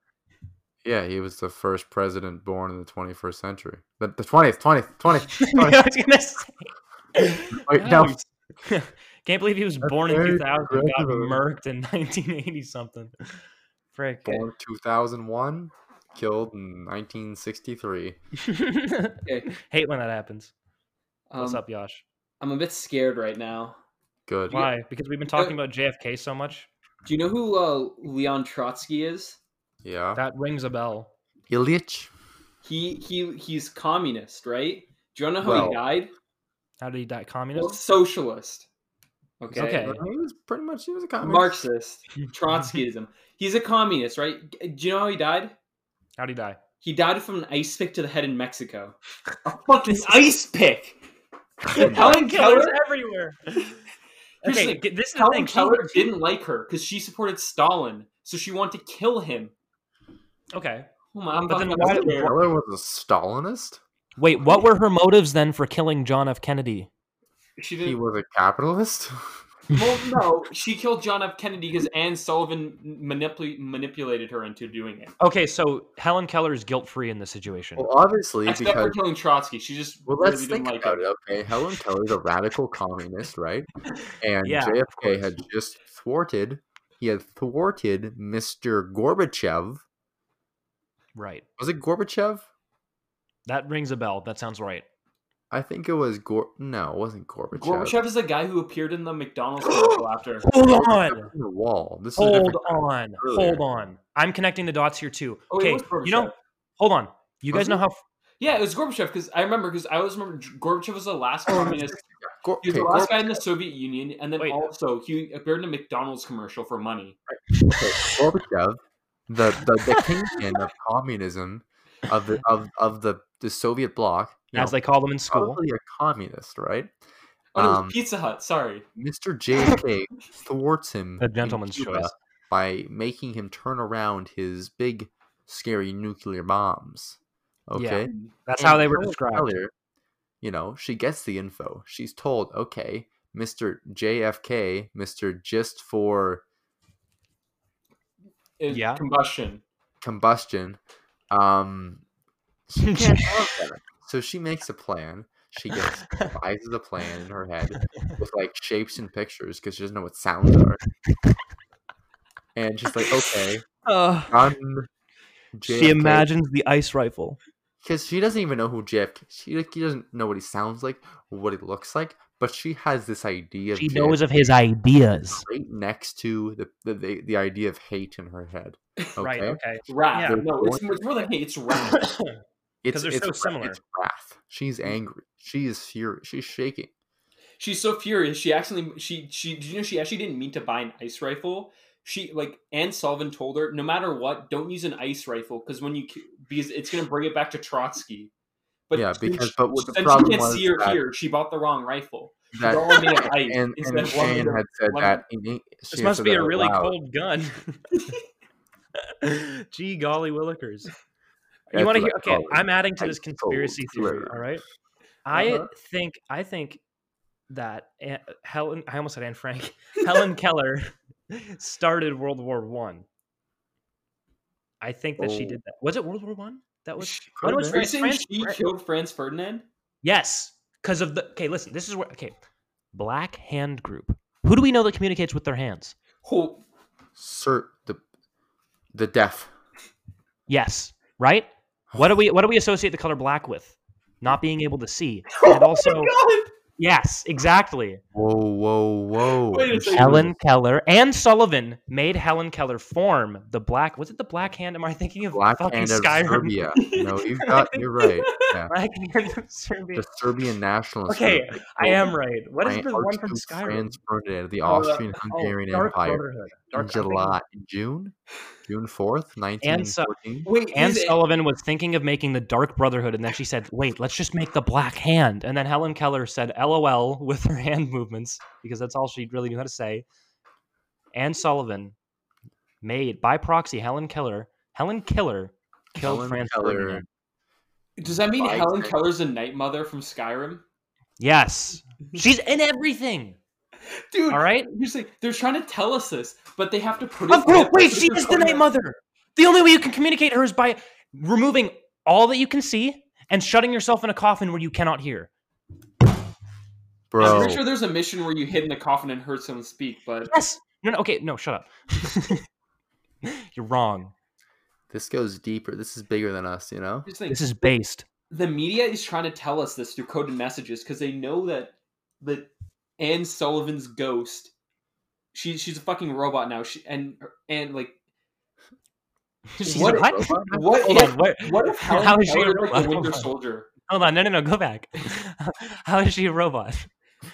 B: Yeah, he was the first president born in the 21st century. The, the 20th, 20th, 20th.
C: I was gonna say.
B: Wait, no.
C: Wow, he's- Can't believe he was
B: That's
C: born in
B: very
C: 2000 and got
B: progressive of him.
C: murked in 1980 something. Frick.
B: Born 2001, killed in 1963.
A: Okay,
C: Hate when that happens.
A: um,
C: What's up, Yash?
A: I'm a bit scared right now.
B: Good.
C: Why? Because we've been talking about JFK so much.
A: Do you know who uh, Leon Trotsky is?
B: Yeah.
C: That rings a bell.
B: Ilyich.
A: He he he's communist, right? Do you know how
B: Well,
A: he died?
C: How did he die?
A: Well,
C: Communist?
A: socialist. Okay.
C: Okay.
B: He was pretty much, he was a communist.
A: Marxist, Trotskyism. He's a communist, right? Do you know how he died?
C: How did he die?
A: He died from an ice pick to the head in Mexico. A fucking ice pick. Helen Keller.
C: Killers everywhere.
A: Here's the
C: okay,
A: thing,
C: get- this is the
A: Helen
C: thing. she-
A: Keller didn't like her because she supported Stalin, so she wanted to kill him.
C: Okay.
A: Oh my, I'm
C: But then
A: fucking
C: why-
A: scared.
B: Hitler was a Stalinist.
C: Wait, what were her motives then for killing John F. Kennedy?
A: She
B: He
A: didn't.
B: was a capitalist.
A: Well, no, she killed John F. Kennedy because Anne Sullivan manipul- manipulated her into doing it.
C: Okay, so Helen Keller is guilt free in this situation.
B: Well, obviously,
A: Except for
B: because.
A: killing Trotsky, she just
B: Well,
A: really
B: let's
A: didn't
B: think
A: like
B: about
A: him.
B: it. Okay, Helen Keller's a radical communist, right? And
C: Yeah, of
B: JFK
C: course.
B: had just thwarted. He had thwarted Mr. Gorbachev.
C: right.
B: Was it Gorbachev?
C: That rings a bell. That sounds right.
B: I think it was Gor. No, it wasn't Gorbachev.
A: Gorbachev is the guy who appeared in the McDonald's commercial after.
C: Hold
B: Gorbachev
C: on.
B: was in the wall. This is a
C: Hold
B: different guy.
C: on.
B: earlier.
C: Hold on. I'm connecting the dots here too.
A: Oh, it
C: Okay,
A: was Gorbachev.
C: you know, hold on. You
B: Was
C: guys know how
A: yeah, it was Gorbachev because I remember because I always remember Gorbachev was the
B: Oh,
A: last communist.
B: Gor-
A: He was
B: okay,
A: the last
B: Gorb-
A: guy in the Soviet Union, and then
C: Wait.
A: also he appeared in a McDonald's commercial for money.
B: Gorbachev, the, the, the kingpin of communism, of the of, of the, the Soviet bloc, you
C: as
B: know,
C: they call them in school.
B: probably a communist, right?
A: Oh, no, it was
B: Um,
A: Pizza Hut. Sorry,
B: Mr. JFK thwarts him.
C: The
B: in
C: gentleman's
B: Cuba
C: choice.
B: By making him turn around his big, scary nuclear bombs. Okay.
C: That's
B: And
C: how they were
B: Helen
C: described.
B: Keller, you know, she gets the info. She's told, okay, Mr. JFK, Mr. Just for
A: It was
C: Yeah.
A: combustion.
B: combustion. Um, she can't have that. So she makes a plan. She gets devises a plan in her head with like shapes and pictures because she doesn't know what sounds are. And she's like, okay, I'm
C: Uh, she imagines the ice rifle.
B: because she doesn't even know who JFK. She, like, she doesn't know what he sounds like, what he looks like, but she has this idea.
C: She
B: of
C: knows of his ideas.
B: right next to the the, the the idea of hate in her head. Okay?
C: Right. Okay.
A: Wrath.
C: Yeah.
A: No, it's, it's more than hate. It's wrath.
B: It's,
H: they're
B: it's
H: so
B: wra-
H: similar.
B: It's wrath. She's
C: Mm.
B: angry. She is furious. She's shaking.
A: She's so furious. She actually she she did you know she actually didn't mean to buy an ice rifle. She like Anne Sullivan told her no matter what, don't use an ice rifle because when you ki- because it's gonna bring it back to Trotsky. But
B: Yeah,
A: since
B: because-
A: she-
B: but what the
A: since
B: problem
A: she can't
B: was
A: see her
B: that-
A: here, she bought the wrong rifle. She's
B: That
A: all made of ice
B: and,
A: instead
B: and
A: of one
B: Shane
A: made of-
B: had said
A: one-
B: that. In, Eng- she
C: This
B: had
C: must
B: said
C: be
B: that
C: a
B: out
C: really
B: loud.
C: cold gun. Gee, golly willikers.
B: That's
C: You want to
B: what
C: hear?
B: I
C: Okay,
B: call it.
C: I'm adding to
B: I
C: this
B: told
C: conspiracy theory.
B: her.
C: All right, I
A: Uh-huh.
C: think I think that An- Helen. I almost said Anne Frank. Helen Keller started World War One. I think that she
B: Oh.
C: did that. Was it World War One? That was.
A: She
C: When
A: Are
C: was
A: you
C: France,
A: saying
C: France,
A: she
C: Fran-
A: killed Franz Ferdinand?
C: Yes, because of the. Okay, listen. This is where. Okay, Black Hand Group. Who do we know that communicates with their hands?
A: Oh,
B: Sir, the the deaf.
C: Yes, right. What do we What do we associate the color black with? Not being able to see, and also yes, exactly.
B: Whoa, whoa, Oh, whoa!
A: Wait a
B: And she
A: second.
C: Helen Keller and Sullivan made Helen Keller form the black. Was it the black hand? Am I thinking of
B: was Black
C: fucking
B: hand of
C: Skyrim?
B: Serbia. No, you've got. You're right. Yeah.
C: Black hand of Serbia.
B: The Serbian nationalist.
C: Okay,
B: group.
C: I am right. What is
B: Giant
C: the one from
B: Archduke
C: Skyrim?
B: Franz Ferdinand, the
C: Oh, uh,
B: Austrian-Hungarian
C: Dark
B: Empire,
C: Brotherhood. Dark,
B: in
C: I'm thinking-
B: July, in June, June fourth, nineteen
C: so-
B: fourteen.
A: Wait,
C: Anne
A: is it-
C: Sullivan was thinking of making the Dark Brotherhood, and then she said, "Wait, let's just make the Black Hand." And then Helen Keller said, "LOL" with her hand movements because that's all she really knew how to say. Anne Sullivan made by proxy Helen Keller. Helen Keller killed
B: Helen
C: Franz
B: Keller.
C: Ferdinand.
A: does that mean
B: By
A: Helen
B: Fran-
A: Keller's a night mother from Skyrim?
C: Yes, she's in everything.
A: Dude,
C: All right.
A: Seriously, they're trying to tell us this, but they have to put it.
C: Of course,
A: in-
C: wait, she is the Night Mother. The only way you can communicate her is by removing all that you can see and shutting yourself in a coffin where you cannot hear.
A: I'm
B: Bro,
A: pretty sure there's a mission where you hid in a coffin and heard someone speak, but
C: Yes. No, no, okay, no, shut up. You're wrong.
B: this goes deeper. This is bigger than us, you know.
A: here's the thing:
C: This is based.
A: the media is trying to tell us this through coded messages because they know that that Anne Sullivan's ghost, she she's a fucking robot now. She and and like
C: She's
A: What-
C: a what?
A: what
C: Hold
A: if
C: on, what?
A: what if Helen
C: How is she a
A: Keller is like
C: robot?
A: the Winter
C: Hold on.
A: Soldier?
C: Hold on, no, no, no, go back. How is she a robot?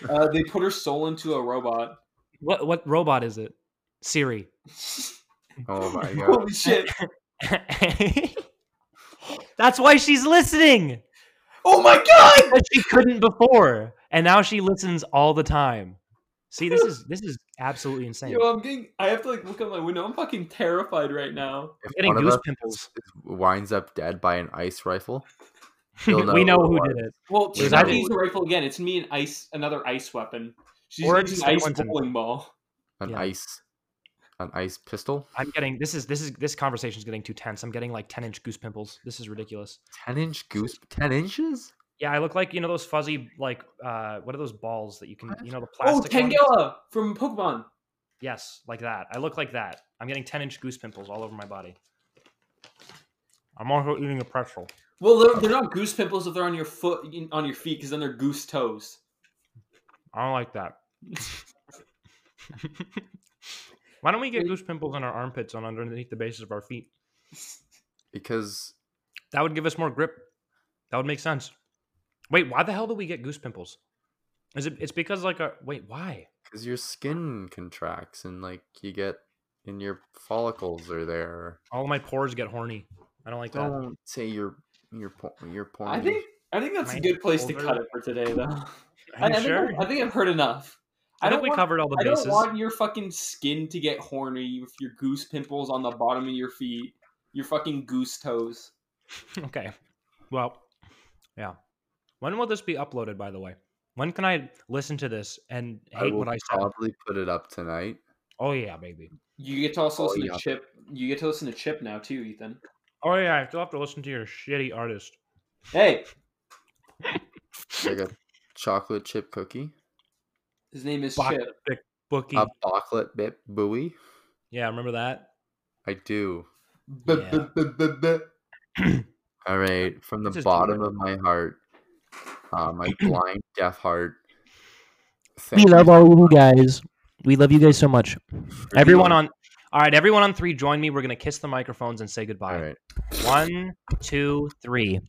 A: Uh, they put her soul into a robot.
C: What what robot is it? Siri.
B: Oh my god!
A: Holy shit!
C: That's why she's listening.
A: Oh my god!
C: But she couldn't before, and now she listens all the time. See, this is this is absolutely insane.
A: Yo, I'm getting. I have to like look out my window. I'm fucking terrified right now.
B: If
C: getting
B: one
C: goose
B: of us
C: pimples.
B: winds up dead by an ice rifle, you'll
C: we
B: know
C: know
B: who
C: who
B: it
C: did it.
A: Well,
B: Wait,
A: she's not
C: that
A: using the rifle again. It's me and ice, another ice weapon. She's
C: Or
A: using
C: just
A: ice
C: someone's in-
A: bowling ball.
B: an
C: Yeah.
B: ice, an ice pistol,
C: I'm getting this is this is this conversation is getting too tense. I'm getting like 10 inch goose pimples. This is ridiculous.
B: ten inch goose, ten inches.
C: Yeah, I look like you know those fuzzy like uh what are those balls that you can you know the
A: Oh,
C: plastic ones?
A: Tangela from Pokemon.
C: Yes, like that. I look like that. I'm getting 10 inch goose pimples all over my body. I'm also eating a pretzel.
A: Well, they're, they're not goose pimples if they're on your foot, on your feet, because then they're goose toes.
C: I don't like that. Why don't we get goose pimples on our armpits on underneath the bases of our feet?
B: because
C: That would give us more grip. That would make sense. Wait, why the hell do we get goose pimples? Is it? It's because like a wait. Why?
B: because your skin contracts and like you get in your follicles are there.
C: All of my pores get horny. I don't like that.
A: Uh,
B: Don't say your your po- your point.
A: I think I think that's a
C: Might
A: good place to
C: over.
A: cut it for today, though.
C: Are you
A: I, I
C: sure?
A: Think, I think I've heard enough.
C: I,
A: don't
C: think we
A: want-
C: covered all the
A: I
C: bases.
A: don't want your fucking skin to get horny with your goose pimples on the bottom of your feet, your fucking goose toes.
C: Okay. Well, yeah. When will this be uploaded, by the way? When can I listen to this and
B: I
C: hate
B: will
C: what I said?
B: probably put it up tonight.
C: Oh, yeah, baby.
A: You get to also
B: Oh,
A: listen
B: yeah.
A: to Chip. You get to listen to Chip now too, Ethan.
C: Oh, yeah. I still have to listen to your shitty artist.
A: Hey,
B: Like a chocolate chip cookie,
A: his name is
C: Fuck.
A: Chip.
C: Bookie.
B: a chocolate bit buoy.
C: yeah, remember that?
B: I do.
C: Yeah.
B: All right, from the
C: This is
B: bottom of my heart, uh, my blind deaf heart.
D: We
B: thank
D: love
B: you
D: all you guys. We love you guys so much.
B: for
C: Everyone
B: doing-
C: on. All right, everyone on three, join me. We're going to kiss the microphones and say goodbye.
B: All right.
C: One, two, three.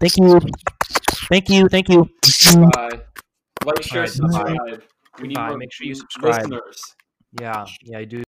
D: Thank you. Thank you. Thank you.
A: Bye. Like, share,
C: Alright,
A: subscribe. We need
C: Bye.
A: more
C: Make sure you
A: listeners.
C: subscribe. Yeah, yeah, I do.